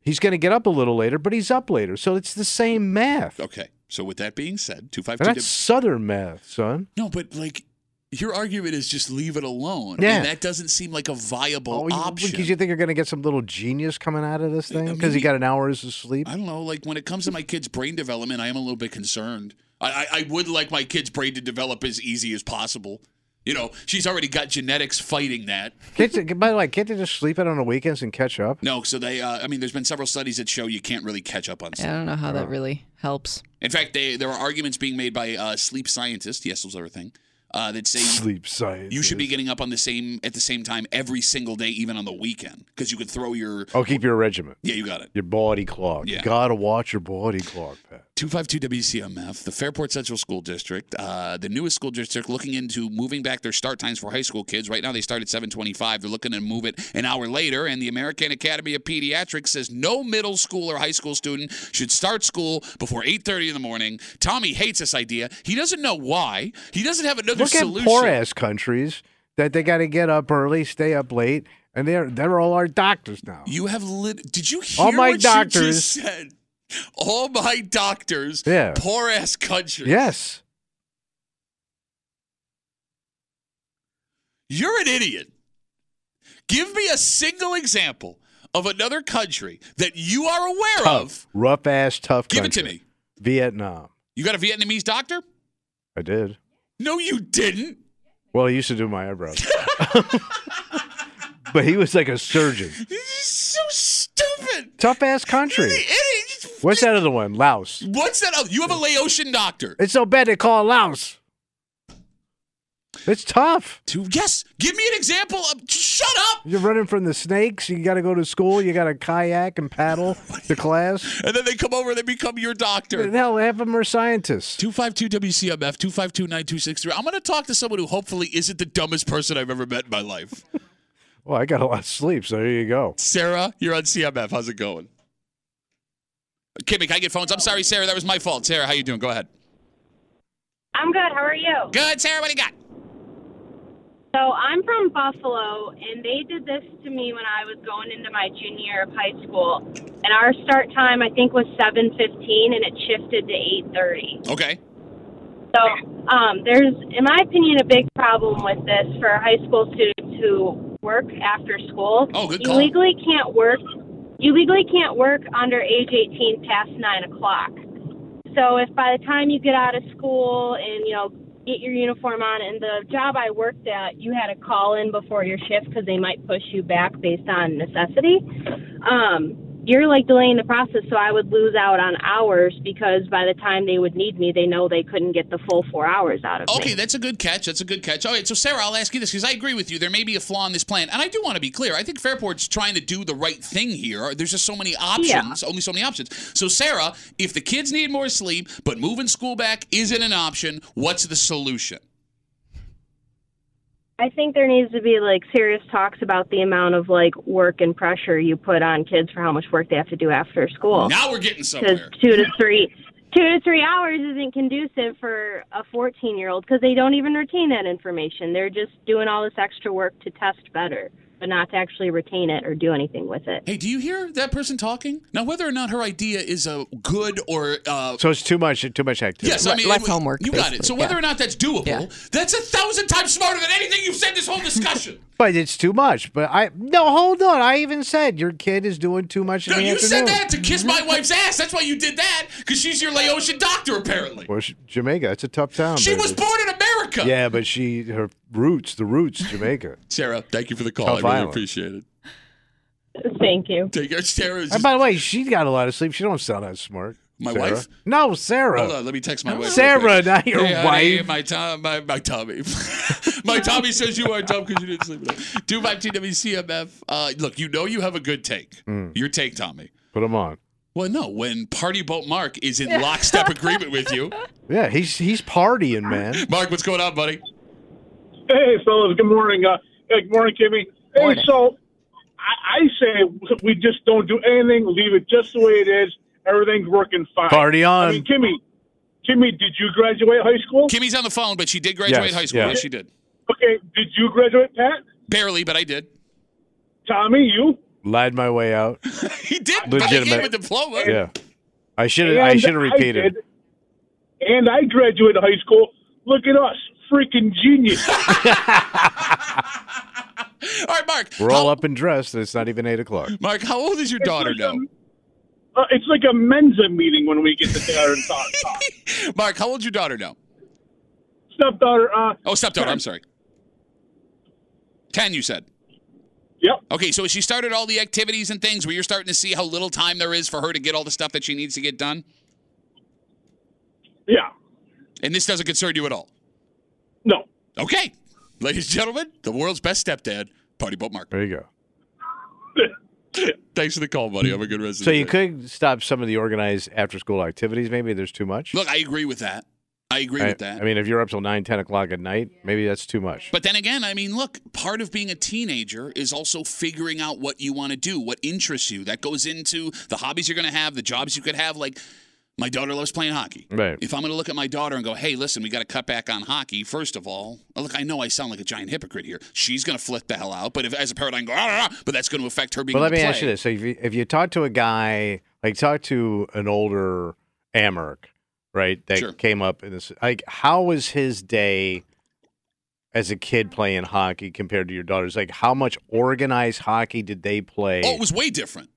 Speaker 3: He's going to get up a little later, but he's up later. So it's the same math.
Speaker 1: Okay. So with that being said,
Speaker 3: And
Speaker 1: 252
Speaker 3: that's Southern math, son.
Speaker 1: No, but like your argument is just leave it alone.
Speaker 3: Yeah.
Speaker 1: And that doesn't seem like a viable option.
Speaker 3: because Oh, you think you're going to get some little genius coming out of this thing
Speaker 1: mean,
Speaker 3: because he
Speaker 1: you-
Speaker 3: got an hour's of sleep?
Speaker 1: I don't know. Like when it comes to my kids' brain development, I am a little bit concerned. I, I, I would like my kids' brain to develop as easy as possible. You know, she's already got genetics fighting that.
Speaker 3: Kids, by the way, can't they just sleep out on the weekends and catch up?
Speaker 1: No, so they, uh, I mean, there's been several studies that show you can't really catch up on
Speaker 2: I
Speaker 1: sleep.
Speaker 2: don't know how that really helps.
Speaker 1: In fact, they, there are arguments being made by uh, sleep scientists. Yes, those are a thing. uh, that say
Speaker 3: Sleep science.
Speaker 1: you should be getting up on the same at the same time every single day, even on the weekend, because you could throw your
Speaker 3: Oh, keep your regiment.
Speaker 1: yeah, you got it.
Speaker 3: Your body clock.
Speaker 1: Yeah.
Speaker 3: You gotta watch your body clock, Pat.
Speaker 1: 252 WCMF, the Fairport Central School District, uh, the newest school district, looking into moving back their start times for high school kids. Right now, they start at 7:25. They're looking to move it an hour later. And the American Academy of Pediatrics says no middle school or high school student should start school before 8:30 in the morning. Tommy hates this idea. He doesn't know why. He doesn't have another
Speaker 3: Look
Speaker 1: solution.
Speaker 3: at poor ass countries that they gotta get up early, stay up late, and they're they're all our doctors now.
Speaker 1: You have lit. Did you hear
Speaker 3: All my
Speaker 1: what you just
Speaker 3: doctors-
Speaker 1: said? All my doctors.
Speaker 3: Yeah.
Speaker 1: Poor ass country.
Speaker 3: yes.
Speaker 1: You're an idiot. Give me a single example of another country that you are aware of.
Speaker 3: Rough ass tough
Speaker 1: Give it to
Speaker 3: country.
Speaker 1: me.
Speaker 3: Vietnam.
Speaker 1: You got a Vietnamese doctor?
Speaker 3: I did.
Speaker 1: No, you didn't.
Speaker 3: Well, he used to do my eyebrows. but he was like a surgeon.
Speaker 1: This is so stupid.
Speaker 3: Tough ass
Speaker 1: You're
Speaker 3: country.
Speaker 1: the idiot.
Speaker 3: What's that other one? Laos.
Speaker 1: What's that? other- You have a Laotian doctor.
Speaker 3: It's so bad they call it Laos. It's tough.
Speaker 1: Two. Yes. Give me an example of. Shut up.
Speaker 3: You're running from the snakes. You got to go to school. You got to kayak and paddle to class.
Speaker 1: And then they come over and they become your doctor.
Speaker 3: And hell, half of them are scientists.
Speaker 1: 252 WCMF 252 9263. I'm going to talk to someone who hopefully isn't the dumbest person I've ever met in my life.
Speaker 3: Well, I got a lot of sleep, so there you go.
Speaker 1: Sarah, you're on CMF. How's it going? Kimmy, can I get phones? I'm sorry, Sarah. That was my fault. Sarah, how you doing? Go ahead.
Speaker 5: I'm good. How are you?
Speaker 1: Good, Sarah. What do you got?
Speaker 5: So I'm from Buffalo, and they did this to me when I was going into my junior year of high school. And our start time, I think, was 7:15, and it shifted to 8:30.
Speaker 1: Okay.
Speaker 5: So um, there's, in my opinion, a big problem with this for high school students who work after school.
Speaker 1: Oh, good
Speaker 5: you
Speaker 1: call.
Speaker 5: legally can't work. You legally can't work under age 18 past nine o'clock. So if by the time you get out of school and you know get your uniform on, and the job I worked at, you had to call in before your shift because they might push you back based on necessity. Um, you're like delaying the process, so I would lose out on hours because by the time they would need me, they know they couldn't get the full four hours out of me.
Speaker 1: Okay, that's a good catch. That's a good catch. All right, so Sarah, I'll ask you this because I agree with you. There may be a flaw in this plan, and I do want to be clear. I think Fairport's trying to do the right thing here. There's just so many options, only so many options. So, Sarah, if the kids need more sleep, but moving school back isn't an option, what's the solution?
Speaker 5: I think there needs to be like serious talks about the amount of like work and pressure you put on kids for how much work they have to do after school.
Speaker 1: Now we're getting
Speaker 5: Because
Speaker 1: somewhere.
Speaker 5: two to three, two to three hours isn't conducive for a 14 year old because they don't even retain that information. They're just doing all this extra work to test better, but not to actually retain it or do anything with it.
Speaker 1: Hey, do you hear that person talking? Now, whether or not her idea is a good or uh,
Speaker 3: So it's too much. Too much activity.
Speaker 1: Yes, I
Speaker 2: Le-
Speaker 1: mean
Speaker 2: less
Speaker 1: it-
Speaker 2: homework,
Speaker 1: You got it.
Speaker 2: basically,
Speaker 1: So whether
Speaker 2: yeah.
Speaker 1: or not that's doable,
Speaker 2: Yeah.
Speaker 1: that's a thousand times smarter than anything you've said this whole discussion.
Speaker 3: But it's too much. But I no, hold on. I even said your kid is doing too much. In
Speaker 1: no,
Speaker 3: the
Speaker 1: you
Speaker 3: afternoon.
Speaker 1: said that to kiss my
Speaker 2: Mm-hmm.
Speaker 1: wife's ass. That's why you did that because she's your Laotian doctor apparently.
Speaker 3: Well, she- Jamaica. It's a tough town.
Speaker 1: She was
Speaker 3: baby.
Speaker 1: born in America.
Speaker 3: Yeah, but she her roots, the roots, Jamaica.
Speaker 1: Sarah, thank you for the call.
Speaker 3: Tough
Speaker 1: I really
Speaker 3: island.
Speaker 1: appreciate it.
Speaker 5: Thank you.
Speaker 1: Take care, Sarah. is
Speaker 3: and
Speaker 1: just-
Speaker 3: by the way, she got a lot of sleep. She don't sound that smart.
Speaker 1: My
Speaker 3: Sarah.
Speaker 1: wife?
Speaker 3: No, Sarah.
Speaker 1: Hold on, let me text my wife. real
Speaker 3: Sarah,
Speaker 1: quick.
Speaker 3: not your
Speaker 1: Hey, honey,
Speaker 3: wife.
Speaker 1: my Tom, my, my Tommy. my Tommy says you are dumb because you didn't sleep enough. Do my TWCMF. Uh, look, you know you have a good take.
Speaker 3: Mm.
Speaker 1: Your take, Tommy.
Speaker 3: Put them on.
Speaker 1: Well, no, when Party Boat Mark is in lockstep agreement with you.
Speaker 3: Yeah, he's he's partying, man.
Speaker 1: Mark, what's going on, buddy?
Speaker 6: Hey, fellas. Good morning. Uh, hey, good morning, Kimmy. Hey, so I, I say we just don't do anything. Leave it just the way it is. Everything's working fine.
Speaker 3: Party on.
Speaker 6: I mean, Kimmy, Kimmy, did you graduate high school?
Speaker 1: Kimmy's on the phone, but she did graduate
Speaker 3: Yes,
Speaker 1: high school.
Speaker 3: yeah.
Speaker 1: Yes, she did.
Speaker 6: okay, did you graduate, Pat?
Speaker 1: Barely, but I did.
Speaker 6: Tommy, you?
Speaker 3: Lied my way out.
Speaker 1: He did, but I gave
Speaker 3: Legitimate.
Speaker 1: a diploma.
Speaker 3: Yeah. I should have I
Speaker 6: And
Speaker 3: should have repeated.
Speaker 6: did. and I graduated high school. Look at us. Freaking genius.
Speaker 1: All right, Mark.
Speaker 3: We're
Speaker 1: how-
Speaker 3: all up and dressed and it's not even eight o'clock.
Speaker 1: Mark, how old is your daughter now?
Speaker 6: Uh, it's like a Mensa meeting when we get together and talk. talk.
Speaker 1: Mark, how old's your daughter now?
Speaker 6: Stepdaughter, uh,
Speaker 1: Oh, stepdaughter. I'm sorry. Ten, you said.
Speaker 6: yep.
Speaker 1: Okay, so she started all the activities and things where you're starting to see how little time there is for her to get all the stuff that she needs to get done.
Speaker 6: Yeah.
Speaker 1: And this doesn't concern you at all.
Speaker 6: No.
Speaker 1: Okay, ladies and gentlemen, the world's best stepdad, Party Boat Mark.
Speaker 3: There you go.
Speaker 1: Thanks for the call, buddy. Have a good rest of
Speaker 3: So
Speaker 1: the
Speaker 3: you
Speaker 1: day.
Speaker 3: could stop some of the organized after-school activities. Maybe there's too much.
Speaker 1: Look, I agree with that. I agree
Speaker 3: I,
Speaker 1: with that.
Speaker 3: I mean, if you're up till nine, ten o'clock at night, maybe that's too much.
Speaker 1: But then again, I mean, look, part of being a teenager is also figuring out what you want to do, what interests you. That goes into the hobbies you're going to have, the jobs you could have. Like, my daughter loves playing hockey.
Speaker 3: Right.
Speaker 1: If I'm going to look at my daughter and go, hey, listen, we got to cut back on hockey, first of all, look, I know I sound like a giant hypocrite here. She's going to flip the hell out. But if as a parent, I can go, ah, but that's going to affect her being
Speaker 3: But let
Speaker 1: able
Speaker 3: me
Speaker 1: to
Speaker 3: ask you
Speaker 1: play.
Speaker 3: this: so if you, if you talk to a guy, like talk to an older Amherst, right, that
Speaker 1: Sure.
Speaker 3: came up in this, like, how was his day as a kid playing hockey compared to your daughter's? Like, how much organized hockey did they play?
Speaker 1: Oh, it was way different.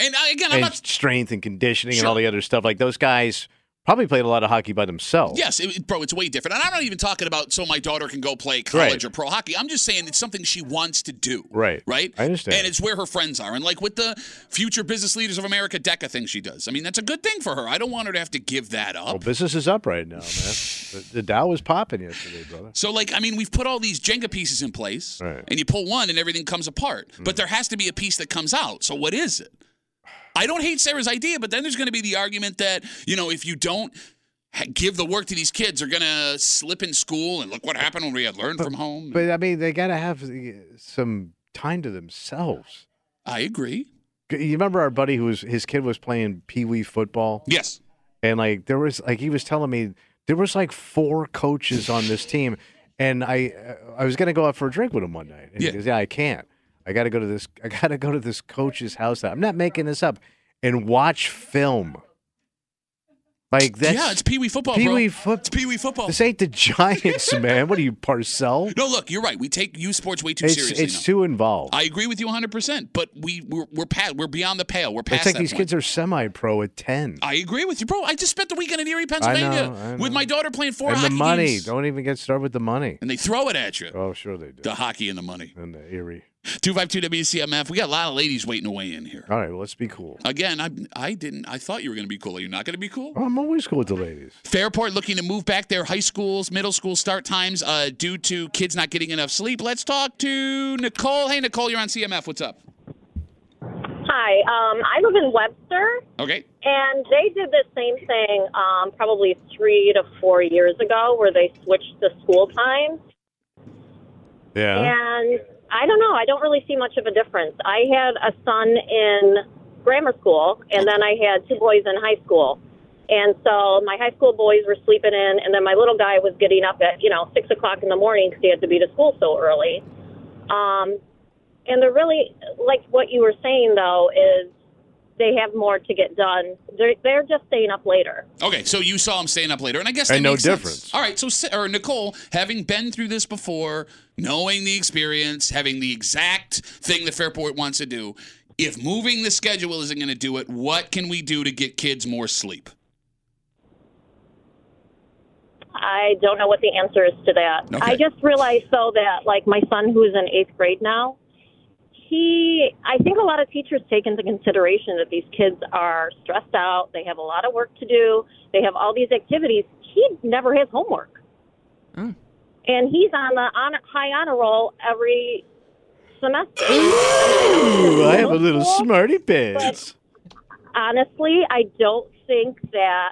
Speaker 1: And I, again, I'm
Speaker 3: and
Speaker 1: not
Speaker 3: strength and conditioning and all
Speaker 1: Sure.
Speaker 3: the other stuff. Like those guys probably played a lot of hockey by themselves.
Speaker 1: Yes, it, it- bro, it's way different. And I'm not even talking about so my daughter can go play college
Speaker 3: Right.
Speaker 1: or pro hockey. I'm just saying it's something she wants to do.
Speaker 3: Right.
Speaker 1: Right?
Speaker 3: I understand.
Speaker 1: And it's where her friends are. And like with the Future Business Leaders of America DECA thing she does. I mean, that's a good thing for her. I don't want her to have to give that up.
Speaker 3: Well, business is up right now, man. the, the Dow was popping yesterday, brother.
Speaker 1: So, like, I mean, we've put all these Jenga pieces in place,
Speaker 3: Right. Mm.
Speaker 1: and you pull one and everything comes apart. But there has to be a piece that comes out. So, what is it? I don't hate Sarah's idea, but then there's going to be the argument that, you know, if you don't ha- give the work to these kids, they're going to slip in school. And look what happened when we had learned from home.
Speaker 3: But I mean, they got to have the- some time to themselves.
Speaker 1: I agree.
Speaker 3: You remember our buddy who was his kid was playing pee wee football,
Speaker 1: Yes.
Speaker 3: and like there was like he was telling me there was like four coaches on this team, and I uh, I was gonna go out for a drink with him one night, and
Speaker 1: Yeah.
Speaker 3: he goes, yeah, I can't, I gotta go to this, I gotta go to this coach's house. I'm not making this up, and watch film. Like that's
Speaker 1: yeah, it's Pee Wee football,
Speaker 3: pee
Speaker 1: bro.
Speaker 3: wee
Speaker 1: It's
Speaker 3: football.
Speaker 1: Pee Wee football.
Speaker 3: This ain't the Giants, man. What are you, Parcell?
Speaker 1: No, look, you're right. We take youth sports way too
Speaker 3: it's
Speaker 1: seriously.
Speaker 3: it's
Speaker 1: now.
Speaker 3: too involved.
Speaker 1: I agree with you 100%, but we, we're, we're, past, we're beyond the pale. We're past
Speaker 3: it's like
Speaker 1: that
Speaker 3: these
Speaker 1: point.
Speaker 3: kids are semi-pro at ten.
Speaker 1: I agree with you, bro. I just spent the weekend in Erie, Pennsylvania
Speaker 3: I
Speaker 1: with
Speaker 3: know.
Speaker 1: my daughter playing four
Speaker 3: and the
Speaker 1: hockey
Speaker 3: money.
Speaker 1: games.
Speaker 3: Don't even get started with the money.
Speaker 1: And they throw it at you.
Speaker 3: Oh, sure they do.
Speaker 1: The hockey and the money.
Speaker 3: and the Erie.
Speaker 1: 252 WCMF. We got a lot of ladies waiting to weigh in here.
Speaker 3: All right, well, let's be cool.
Speaker 1: Again, I I didn't I thought you were going to be cool. Are you not going to be cool?
Speaker 3: Oh, I'm always cool with the ladies.
Speaker 1: Fairport looking to move back their high schools, middle school start times uh, due to kids not getting enough sleep. Let's talk to Nicole. Hey Nicole, you're on CMF. What's up?
Speaker 7: Hi, um, I live in Webster,
Speaker 1: Okay.
Speaker 7: and they did the same thing um, probably three to four years ago where they switched the school time.
Speaker 3: Yeah.
Speaker 7: And I don't know, I don't really see much of a difference. I had a son in grammar school, and then I had two boys in high school. And so my high school boys were sleeping in, and then my little guy was getting up at, you know, 6 o'clock in the morning because he had to be to school so early. Um, and they're really, like what you were saying, though, is they have more to get done. They're, they're just staying up later.
Speaker 1: Okay, so you saw him staying up later, and I guess
Speaker 3: And
Speaker 1: that
Speaker 3: no
Speaker 1: makes sense.
Speaker 3: difference.
Speaker 1: All right, so Sa- or Nicole, having been through this before, knowing the experience, having the exact thing that Fairport wants to do, if moving the schedule isn't going to do it, what can we do to get kids more sleep?
Speaker 7: I don't know what the answer is to that.
Speaker 1: Okay.
Speaker 7: I just realized though that like my son who's in eighth grade now, he I think a lot of teachers take into consideration that these kids are stressed out, they have a lot of work to do, they have all these activities. He never has homework.
Speaker 2: Mm.
Speaker 7: And he's on the on high honor roll every semester.
Speaker 3: Ooh, I have a little smarty pants.
Speaker 7: honestly, I don't think that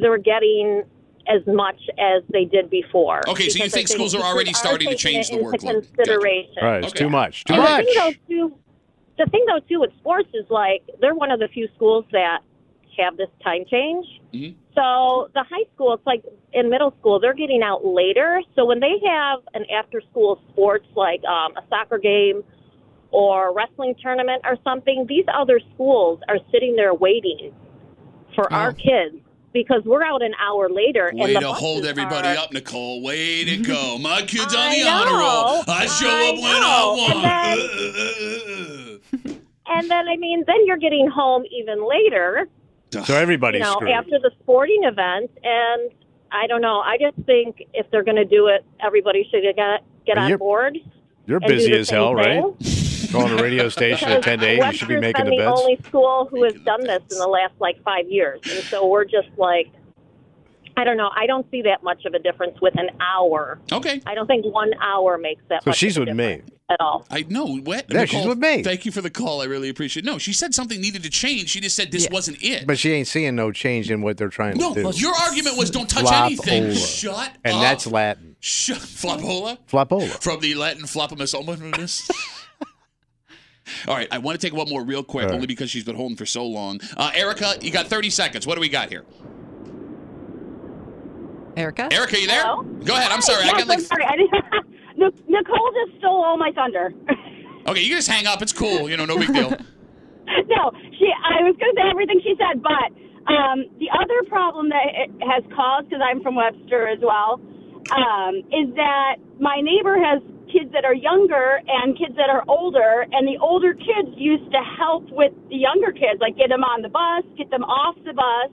Speaker 7: they're getting as much as they did before.
Speaker 1: Okay, so you
Speaker 7: Because I
Speaker 1: think schools are already
Speaker 7: teachers
Speaker 1: starting to
Speaker 7: taking
Speaker 1: change
Speaker 7: it
Speaker 1: the
Speaker 7: into
Speaker 1: workload. Gotcha.
Speaker 7: Consideration.
Speaker 3: All right, it's
Speaker 1: Okay.
Speaker 3: too much. Too
Speaker 1: All
Speaker 7: The
Speaker 1: right.
Speaker 3: much.
Speaker 7: thing, though, too, the thing though too with sports is like they're one of the few schools that have this time change.
Speaker 1: Mhm.
Speaker 7: So the high school, it's like in middle school, they're getting out later. So when they have an after-school sports like um, a soccer game or a wrestling tournament or something, these other schools are sitting there waiting for our kids because we're out an hour later.
Speaker 1: Way
Speaker 7: and the
Speaker 1: to hold
Speaker 7: buses
Speaker 1: everybody
Speaker 7: are-
Speaker 1: up, Nicole. Way to go. My kid's on
Speaker 7: I
Speaker 1: the honor roll.
Speaker 7: know.
Speaker 1: I show
Speaker 7: I
Speaker 1: up when I
Speaker 7: know.
Speaker 1: want.
Speaker 7: And then I mean, then you're getting home even later.
Speaker 3: So everybody's
Speaker 7: you know,
Speaker 3: screwed.
Speaker 7: after the sporting event. And I don't know. I just think if they're going to do it, everybody should get get
Speaker 3: And
Speaker 7: on
Speaker 3: you're
Speaker 7: board.
Speaker 3: You're
Speaker 7: and do
Speaker 3: busy
Speaker 7: the
Speaker 3: as
Speaker 7: same
Speaker 3: hell, right?
Speaker 7: thing.
Speaker 3: Going to radio station at 10 to 8, you should be
Speaker 7: Webster's
Speaker 3: making
Speaker 7: been
Speaker 3: the
Speaker 7: the
Speaker 3: bets.
Speaker 7: only school who has
Speaker 1: Making the
Speaker 7: done this
Speaker 1: bets.
Speaker 7: in the last like five years, and so we're just like, I don't know. I don't see that much of a difference with an hour.
Speaker 1: Okay.
Speaker 7: I don't think one hour makes that.
Speaker 3: So
Speaker 7: much
Speaker 3: she's
Speaker 7: of a
Speaker 3: with
Speaker 7: difference
Speaker 3: me.
Speaker 7: at all.
Speaker 1: I know. What?
Speaker 3: Yeah, she's with me.
Speaker 1: Thank you for the call. I really appreciate it. No, she said something needed to change. She just said this wasn't it.
Speaker 3: But she ain't seeing no change in what they're trying
Speaker 1: no,
Speaker 3: to do.
Speaker 1: your argument was don't touch anything.
Speaker 3: Flopola.
Speaker 1: Shut
Speaker 3: and
Speaker 1: up.
Speaker 3: that's Latin.
Speaker 1: Shut Flopola?
Speaker 3: Flopola.
Speaker 1: From the Latin flopamus omnibus. All right, I want to take one more real quick,
Speaker 3: All right.
Speaker 1: only because she's been holding for so long. Uh, Erica, you got 30 seconds. What do we got here?
Speaker 2: Erica?
Speaker 1: Erica, you there?
Speaker 5: Hello?
Speaker 1: Go ahead. I'm sorry. I
Speaker 5: Yes,
Speaker 1: got like.
Speaker 5: I'm sorry. I didn't, Nicole just stole all my thunder.
Speaker 1: Okay, you just hang up. It's cool. You know, no big deal.
Speaker 5: no, she. I was going to say everything she said, but um, the other problem that it has caused, because I'm from Webster as well, um, is that my neighbor has kids that are younger and kids that are older, and the older kids used to help with the younger kids, like get them on the bus, get them off the bus.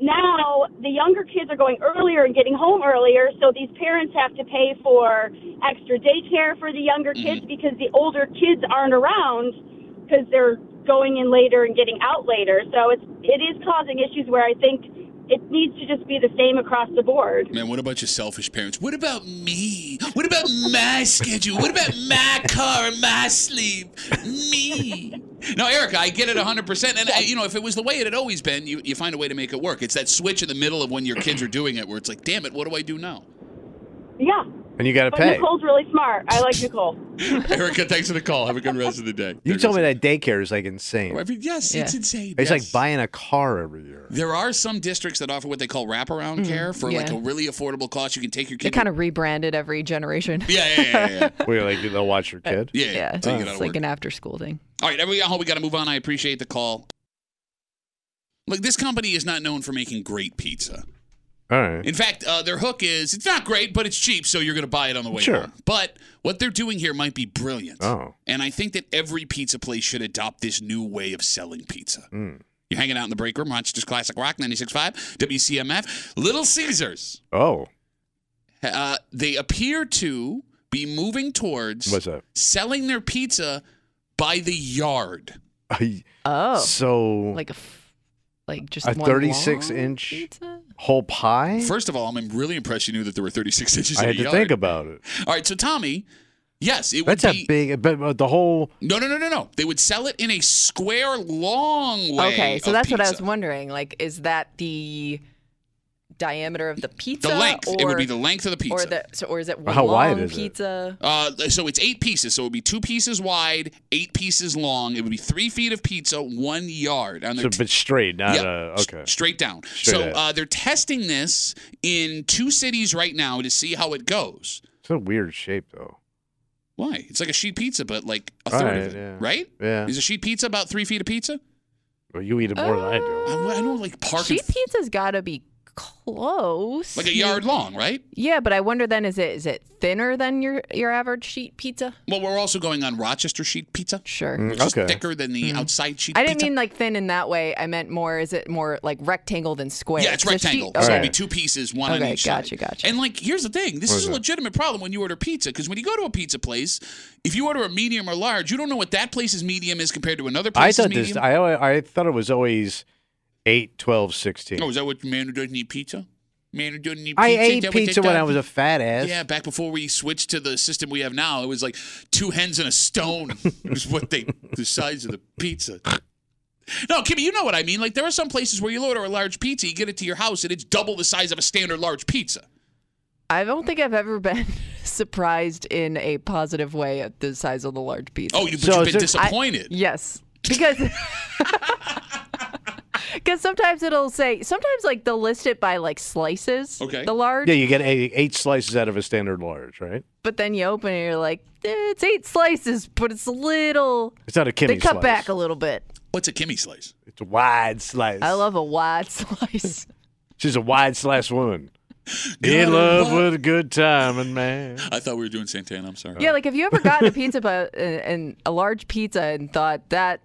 Speaker 5: Now the younger kids are going earlier and getting home earlier, so these parents have to pay for extra daycare for the younger kids because the older kids aren't around because they're going in later and getting out later. So it's it is causing issues where I think it needs to just be the same across the board.
Speaker 1: Man, what about your selfish parents? What about me? What about my schedule? What about my car and my sleep? Me. No, Erica, I get it 100%. And, I, you know, if it was the way it had always been, you, you find a way to make it work. It's that switch in the middle of when your kids are doing it where it's like, damn it, what do I do now?
Speaker 5: Yeah.
Speaker 3: And you got to
Speaker 5: But
Speaker 3: pay.
Speaker 5: Nicole's really smart. I like Nicole.
Speaker 1: Erica, thanks for the call. Have a good rest of the day.
Speaker 3: you told me that daycare is like insane.
Speaker 1: I mean, yes, it's
Speaker 2: Yeah.
Speaker 1: insane.
Speaker 3: It's
Speaker 1: yes.
Speaker 3: like buying a car every year.
Speaker 1: There are some districts that offer what they call wraparound care for like
Speaker 2: yeah.
Speaker 1: a really affordable cost. You can take your
Speaker 2: They
Speaker 1: kid.
Speaker 2: kind of rebranded every generation.
Speaker 1: yeah, yeah, yeah, yeah, yeah.
Speaker 3: Where like they'll watch your kid.
Speaker 1: yeah, yeah.
Speaker 2: Yeah.
Speaker 1: Till you get out
Speaker 2: it's
Speaker 1: of
Speaker 2: like
Speaker 1: work.
Speaker 2: an after school thing.
Speaker 1: All right, everybody at home, we got to move on. I appreciate the call. Look, this company is not known for making great pizza.
Speaker 3: All right.
Speaker 1: In fact, uh, their hook is it's not great, but it's cheap, so you're going to buy it on the way
Speaker 3: Sure.
Speaker 1: home. But what they're doing here might be brilliant.
Speaker 3: Oh.
Speaker 1: And I think that every pizza place should adopt this new way of selling pizza.
Speaker 3: mm.
Speaker 1: You're hanging out in the break room, Rochester's Classic Rock, 96.5, WCMF, Little Caesars.
Speaker 3: Oh.
Speaker 1: Uh, they appear to be moving towards
Speaker 3: What's up?
Speaker 1: selling their pizza by the yard.
Speaker 3: I-
Speaker 2: Oh.
Speaker 3: so
Speaker 2: like a f- like just
Speaker 3: A
Speaker 2: one
Speaker 3: 36
Speaker 2: long
Speaker 3: inch?
Speaker 2: pizza?
Speaker 3: whole pie?
Speaker 1: First of all, I'm really impressed you knew that there were 36 inches
Speaker 3: I
Speaker 1: in
Speaker 3: had
Speaker 1: a
Speaker 3: to
Speaker 1: yard.
Speaker 3: think about it.
Speaker 1: All right, so Tommy, yes, it would
Speaker 3: That's
Speaker 1: be
Speaker 3: a big, but but the whole
Speaker 1: No, no, no, no, no. They would sell it in a square long way.
Speaker 2: Okay,
Speaker 1: of
Speaker 2: so that's what I was
Speaker 1: pizza.
Speaker 2: wondering. Like, is that the diameter of the pizza?
Speaker 1: The length.
Speaker 2: Or,
Speaker 1: it would be the length of the pizza.
Speaker 2: Or the so, or is it one
Speaker 3: How
Speaker 2: long
Speaker 3: wide is it?
Speaker 2: pizza?
Speaker 1: uh, so it's eight pieces. So it would be two pieces wide, eight pieces long. It would be three feet of pizza, one yard. And
Speaker 3: so,
Speaker 1: they're
Speaker 3: but straight, not
Speaker 1: Yeah,
Speaker 3: a
Speaker 1: s-
Speaker 3: okay.
Speaker 1: straight down.
Speaker 3: Straight
Speaker 1: so
Speaker 3: at.
Speaker 1: uh, they're testing this in two cities right now to see how it goes.
Speaker 3: It's a weird shape though.
Speaker 1: Why? It's like a sheet pizza, but like a
Speaker 3: All
Speaker 1: third
Speaker 3: right,
Speaker 1: of it,
Speaker 3: yeah.
Speaker 1: right?
Speaker 3: Yeah.
Speaker 1: Is a sheet pizza about three feet of pizza?
Speaker 3: Well, you eat it more than I do.
Speaker 1: I, I know, like park and
Speaker 2: Sheet pizza's got to be close.
Speaker 1: like a yard long, right?
Speaker 2: Yeah, but I wonder then is it is it thinner than your your average sheet pizza?
Speaker 1: Well, we're also going on Rochester sheet pizza.
Speaker 2: Sure.
Speaker 3: Mm,
Speaker 1: which is
Speaker 3: okay.
Speaker 1: thicker than the outside sheet
Speaker 2: Hmm. I didn't
Speaker 1: pizza.
Speaker 2: mean like thin in that way. I meant more. Is it more like rectangle than square?
Speaker 1: yeah, it's
Speaker 2: So sheet-
Speaker 1: rectangle.
Speaker 2: okay.
Speaker 1: So
Speaker 3: All
Speaker 1: it'd be
Speaker 3: right.
Speaker 1: two pieces, one on
Speaker 2: Okay,
Speaker 1: each
Speaker 2: gotcha,
Speaker 1: side.
Speaker 2: gotcha.
Speaker 1: And like, here's the thing: this
Speaker 3: What
Speaker 1: is,
Speaker 3: is
Speaker 1: a
Speaker 3: that?
Speaker 1: legitimate problem when you order pizza because when you go to a pizza place, if you order a medium or large, you don't know what that place's medium is compared to another
Speaker 3: I
Speaker 1: place's
Speaker 3: thought
Speaker 1: medium.
Speaker 3: this. I alwa- I thought it was always 8, 12, 16.
Speaker 1: oh, is that what man who doesn't eat pizza? Man who doesn't eat pizza.
Speaker 3: I
Speaker 1: is
Speaker 3: ate
Speaker 1: that what they
Speaker 3: pizza when
Speaker 1: thought?
Speaker 3: I was a fat ass.
Speaker 1: Yeah, back before we switched to the system we have now, it was like two hens and a stone is what they the size of the pizza. No, Kimmy, you know what I mean. Like there are some places where you order a large pizza, you get it to your house, and it's double the size of a standard large pizza.
Speaker 2: I don't think I've ever been surprised in a positive way at the size of the large pizza.
Speaker 1: Oh, you, but
Speaker 3: So
Speaker 1: you've
Speaker 3: is
Speaker 1: been
Speaker 3: it-
Speaker 1: disappointed.
Speaker 2: Yes, because because sometimes it'll say sometimes like they'll list it by like slices.
Speaker 1: Okay.
Speaker 2: The large,
Speaker 3: Yeah, you get eight, eight slices out of a standard large, right?
Speaker 2: but then you open it, and you're like, eh, it's eight slices, but it's a little.
Speaker 3: It's not a Kimmy
Speaker 2: They cut
Speaker 3: slice.
Speaker 2: back a little bit.
Speaker 1: What's a Kimmy slice?
Speaker 3: It's a wide slice.
Speaker 2: I love a wide slice.
Speaker 3: She's a wide slice woman.
Speaker 1: God,
Speaker 3: In love
Speaker 1: what?
Speaker 3: with a good time and man.
Speaker 1: I thought we were doing Santana. I'm sorry.
Speaker 2: yeah, like have you ever gotten a pizza but and, and a large pizza and thought that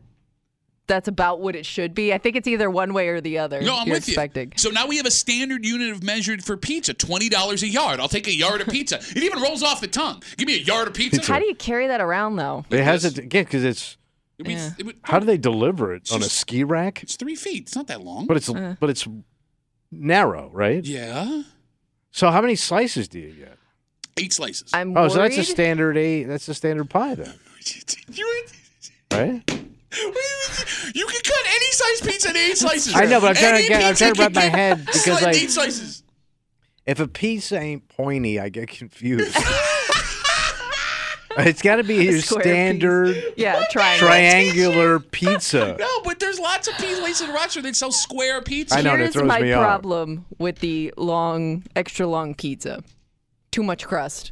Speaker 2: that's about what it should be? I think it's either one way or the other.
Speaker 1: No, I'm
Speaker 2: you're
Speaker 1: with
Speaker 2: expecting.
Speaker 1: you. So now we have a standard unit of measured for pizza, twenty dollars a yard. I'll take a yard of pizza. It even rolls off the tongue. Give me a yard of pizza.
Speaker 2: How do you carry that around though?
Speaker 3: It has it again because it's
Speaker 1: It means-
Speaker 2: Yeah.
Speaker 1: it would-
Speaker 3: how do they deliver it on a
Speaker 1: just-
Speaker 3: ski rack?
Speaker 1: It's three feet. It's not that long.
Speaker 3: But it's but it's narrow, right?
Speaker 1: Yeah.
Speaker 3: So how many slices do you get?
Speaker 1: Eight slices.
Speaker 2: I'm
Speaker 3: Oh,
Speaker 2: worried.
Speaker 3: so that's a standard eight. That's a standard pie then,
Speaker 1: you,
Speaker 3: right?
Speaker 1: you can cut any size pizza into eight slices.
Speaker 3: I know, but I'm trying to
Speaker 1: Any
Speaker 3: get- I'm
Speaker 1: pizza
Speaker 3: trying
Speaker 1: can
Speaker 3: to wrap my
Speaker 1: get
Speaker 3: head because,
Speaker 1: sli-
Speaker 3: like-
Speaker 1: eight slices.
Speaker 3: If a piece ain't pointy, I get confused. it's got to be your
Speaker 2: square
Speaker 3: standard
Speaker 2: yeah, triangle.
Speaker 3: triangular pizza.
Speaker 1: No, but there's lots of pizza places in Rochester that sell square pizza.
Speaker 3: I know, and it
Speaker 2: Here's
Speaker 3: throws
Speaker 2: my
Speaker 3: me off.
Speaker 2: problem with the long, extra long pizza. Too much crust.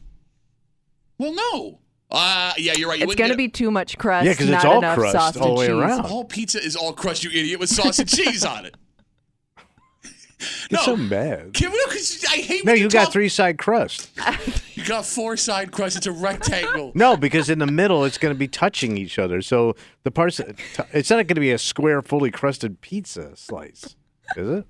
Speaker 1: Well, no. Uh, yeah, you're right. You
Speaker 2: it's
Speaker 1: wouldn't
Speaker 2: going to
Speaker 1: get
Speaker 2: be too much crust.
Speaker 3: Yeah, because
Speaker 2: not
Speaker 3: it's all
Speaker 2: enough sauce
Speaker 3: crust all the way
Speaker 2: and cheese.
Speaker 1: a-
Speaker 3: around.
Speaker 1: all pizza is all crust, you idiot, with sauce and cheese on it.
Speaker 3: You're
Speaker 1: No.
Speaker 3: so mad.
Speaker 1: Give it up, 'cause I hate.
Speaker 3: No,
Speaker 1: when
Speaker 3: you got
Speaker 1: talk-
Speaker 3: three side crust.
Speaker 1: You got four side crust. It's a rectangle.
Speaker 3: No, because in the middle it's going to be touching each other. So the parts, it's not going to be a square, fully crusted pizza slice, is it?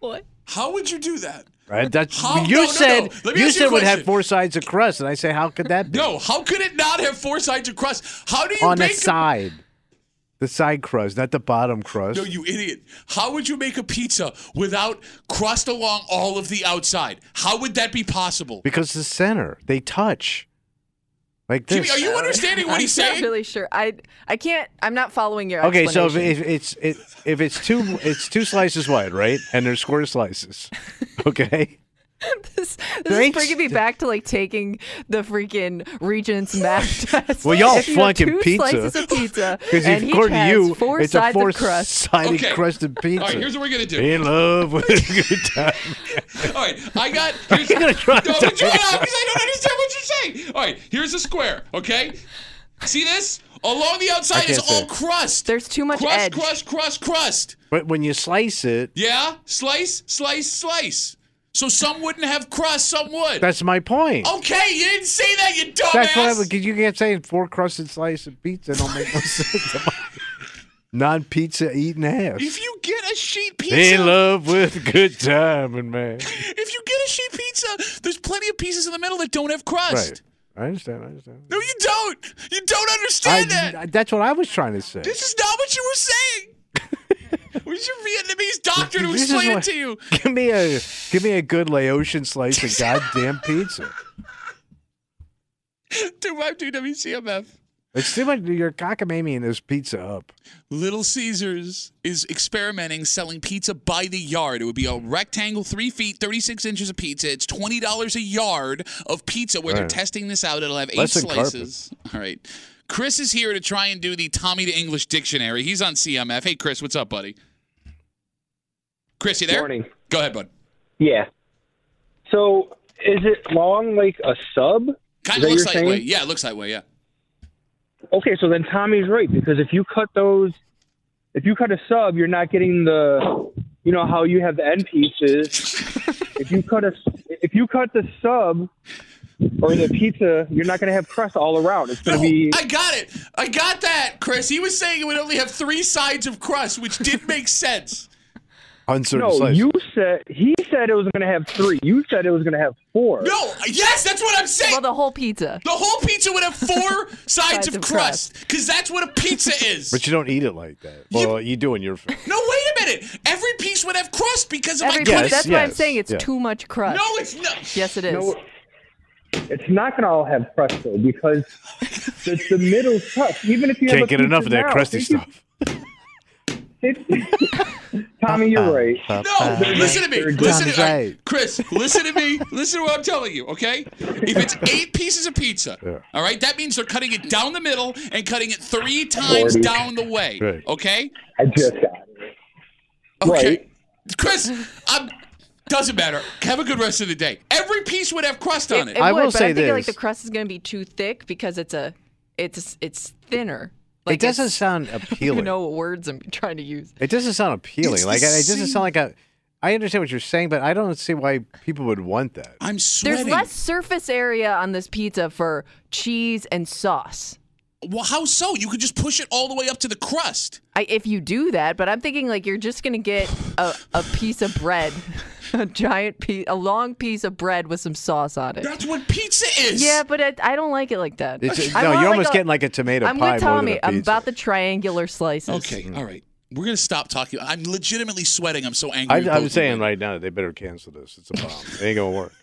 Speaker 2: What?
Speaker 1: How would you do that?
Speaker 3: Right? That's
Speaker 1: How-
Speaker 3: you
Speaker 1: no, no, no.
Speaker 3: said.
Speaker 1: Let me ask you
Speaker 3: You
Speaker 1: a
Speaker 3: said would have
Speaker 1: question.
Speaker 3: four sides of crust, and I say, how could that be
Speaker 1: No, how could it not have four sides of crust? How do you
Speaker 3: on the
Speaker 1: make a-
Speaker 3: side? The side crust, not the bottom crust.
Speaker 1: No, you idiot. How would you make a pizza without crust along all of the outside? How would that be possible?
Speaker 3: because the center they touch. Like this. uh,
Speaker 1: Jimmy, are you understanding what
Speaker 2: I'm
Speaker 1: he's
Speaker 2: not
Speaker 1: saying?
Speaker 2: really sure. I I can't. I'm not following your.
Speaker 3: Okay, so if,
Speaker 2: explanation.
Speaker 3: if it's it, if it's two it's two slices wide, right? And they're square slices. Okay.
Speaker 2: this, this is
Speaker 3: Thanks.
Speaker 2: bringing me back to like taking the freaking Regents math test.
Speaker 3: Well, y'all
Speaker 2: If you have
Speaker 3: flunking
Speaker 2: two
Speaker 3: pizza.
Speaker 2: slices of pizza,
Speaker 3: Because
Speaker 2: and each
Speaker 3: according to
Speaker 2: has
Speaker 3: you,
Speaker 2: four
Speaker 3: it's a
Speaker 2: sides
Speaker 3: four
Speaker 2: of crust.
Speaker 3: sided
Speaker 1: Okay.
Speaker 3: crusted pizza.
Speaker 1: All right, here's what we're gonna do.
Speaker 3: In love with a good time.
Speaker 1: All right, I got. Here's,
Speaker 3: You're gonna try
Speaker 1: no,
Speaker 3: to-
Speaker 1: but shut up, because I don't understand what you're saying. All right, here's a square. Okay, see this? Along the outside is
Speaker 3: can't see
Speaker 1: all
Speaker 3: it.
Speaker 1: crust.
Speaker 2: There's too much
Speaker 1: crust,
Speaker 2: edge.
Speaker 1: crust, crust, crust.
Speaker 3: But when you slice it,
Speaker 1: Yeah, slice, slice, slice. So some wouldn't have crust, some would.
Speaker 3: that's my point.
Speaker 1: okay, you didn't say that, you dumbass.
Speaker 3: that's what I would because you can't say four crusted slice of pizza don't make no sense. Non pizza eating ass.
Speaker 1: if you get a sheet pizza,
Speaker 3: In love with a good time and man.
Speaker 1: if you get a sheet pizza, there's plenty of pieces in the middle that don't have crust.
Speaker 3: Right. I understand, I understand.
Speaker 1: No, you don't. You don't
Speaker 3: I,
Speaker 1: understand that.
Speaker 3: I- that's what I was trying to say.
Speaker 1: This is not what you were saying. Where's your Vietnamese doctor to
Speaker 3: This is
Speaker 1: explain
Speaker 3: why-
Speaker 1: it to you?
Speaker 3: Give me a give me a good Laotian slice of goddamn pizza.
Speaker 1: To my WCMF.
Speaker 3: It's too much. You're cockamamieing this pizza up.
Speaker 1: Little Caesars is experimenting selling pizza by the yard. It would be a rectangle, three feet, 36 inches of pizza. It's $20 a yard of pizza where they're
Speaker 3: Right.
Speaker 1: testing this out. It'll have eight
Speaker 3: Less than carpet.
Speaker 1: slices. All right. Chris is here to try and do the Tommy to English dictionary. He's on CMF. Hey, Chris, what's up, buddy? Chris, you there?
Speaker 8: Morning.
Speaker 1: Go ahead, bud.
Speaker 8: Yeah. So is it long like a sub?
Speaker 1: Kind
Speaker 8: Is that
Speaker 1: of looks
Speaker 8: your
Speaker 1: that way.
Speaker 8: saying?
Speaker 1: Yeah, it looks that way. Yeah.
Speaker 8: Okay, so then Tommy's right because if you cut those, if you cut a sub, you're not getting the, uh, you know how you have the end pieces. if you cut a, if you cut the sub or the pizza, you're not gonna have crust all around. It's gonna
Speaker 1: No,
Speaker 8: be
Speaker 1: Oh, I got it. I got that, Chris. He was saying it would only have three sides of crust, which did make sense.
Speaker 3: Uncertain
Speaker 8: no.
Speaker 3: slice.
Speaker 8: You said he said it was gonna have three. You said it was gonna have four.
Speaker 1: No, yes, that's what I'm saying.
Speaker 2: well, the whole pizza.
Speaker 1: the whole pizza would have four sides,
Speaker 2: Sides
Speaker 1: of
Speaker 2: of
Speaker 1: crust, because that's what a pizza is.
Speaker 3: but you don't eat it like that. Well, you do in your family.
Speaker 1: no, wait a minute. Every piece would have crust because of
Speaker 2: Every
Speaker 1: my
Speaker 2: piece-
Speaker 1: crust.
Speaker 2: that's why I'm
Speaker 3: yes,
Speaker 2: saying it's
Speaker 3: yeah.
Speaker 2: too much crust.
Speaker 1: No, it's not.
Speaker 2: Yes, it is.
Speaker 8: No, it's not going to all have crust though because the, the middle's tough. Even if you have
Speaker 3: Can't
Speaker 8: a
Speaker 3: get enough of
Speaker 8: pizza
Speaker 3: that
Speaker 8: now,
Speaker 3: crusty
Speaker 8: think you-
Speaker 3: stuff.
Speaker 8: Tommy, you're right.
Speaker 1: No, listen to me.
Speaker 8: they're
Speaker 1: Listen to
Speaker 3: Tom's
Speaker 1: all right,
Speaker 3: right.
Speaker 1: Chris. Listen to me. listen to what I'm telling you. Okay, if it's eight pieces of pizza, all right, that means they're cutting it down the middle and cutting it three times
Speaker 8: Forty.
Speaker 1: down the way.
Speaker 3: Right.
Speaker 1: Okay.
Speaker 8: I just got it. Right.
Speaker 1: Chris, I'm, doesn't matter. Have a good rest of the day. Every piece would have crust on it.
Speaker 2: It
Speaker 3: I
Speaker 2: would,
Speaker 3: will
Speaker 2: but
Speaker 3: say
Speaker 2: I'm thinking like
Speaker 3: this.
Speaker 2: the crust is going to be too thick because it's a, it's it's thinner. Like
Speaker 3: it doesn't
Speaker 2: it's-
Speaker 3: sound
Speaker 2: I don't
Speaker 3: appealing.
Speaker 2: even know what words I'm trying to use.
Speaker 3: It doesn't sound appealing.
Speaker 1: It's the
Speaker 3: like it doesn't
Speaker 1: same-
Speaker 3: sound like a. I understand what you're saying, but I don't see why people would want that.
Speaker 1: I'm sweating.
Speaker 2: There's less surface area on this pizza for cheese and sauce.
Speaker 1: Well, how so? You could just push it all the way up to the crust.
Speaker 2: I, if you do that, but I'm thinking like you're just gonna get a, a piece of bread, a giant piece, a long piece of bread with some sauce on it.
Speaker 1: That's what pizza is.
Speaker 2: Yeah, but it, I don't like it like that.
Speaker 3: It's,
Speaker 2: I
Speaker 3: no,
Speaker 2: want,
Speaker 3: you're almost
Speaker 2: a-
Speaker 3: getting like a tomato
Speaker 2: I'm
Speaker 3: pie
Speaker 2: with
Speaker 3: more than
Speaker 2: Tommy
Speaker 3: a
Speaker 2: I'm
Speaker 3: pizza.
Speaker 2: about the triangular slices.
Speaker 1: Okay. All right. We're gonna stop talking. I'm legitimately sweating. I'm so angry.
Speaker 3: I,
Speaker 1: with both
Speaker 3: I'm
Speaker 1: of
Speaker 3: saying
Speaker 1: you.
Speaker 3: right now that they better cancel this. It's a bomb. it ain't gonna work.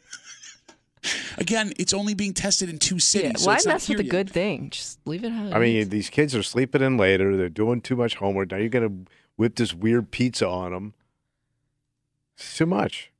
Speaker 1: again, it's only being tested in two cities.
Speaker 2: Yeah,
Speaker 1: so
Speaker 2: why
Speaker 1: it's not
Speaker 2: mess with
Speaker 1: here
Speaker 2: the
Speaker 1: yet.
Speaker 2: good thing? Just leave it how it
Speaker 3: I mean,
Speaker 2: is.
Speaker 3: these kids are sleeping in later. They're doing too much homework. Now you're gonna whip this weird pizza on them. It's too much.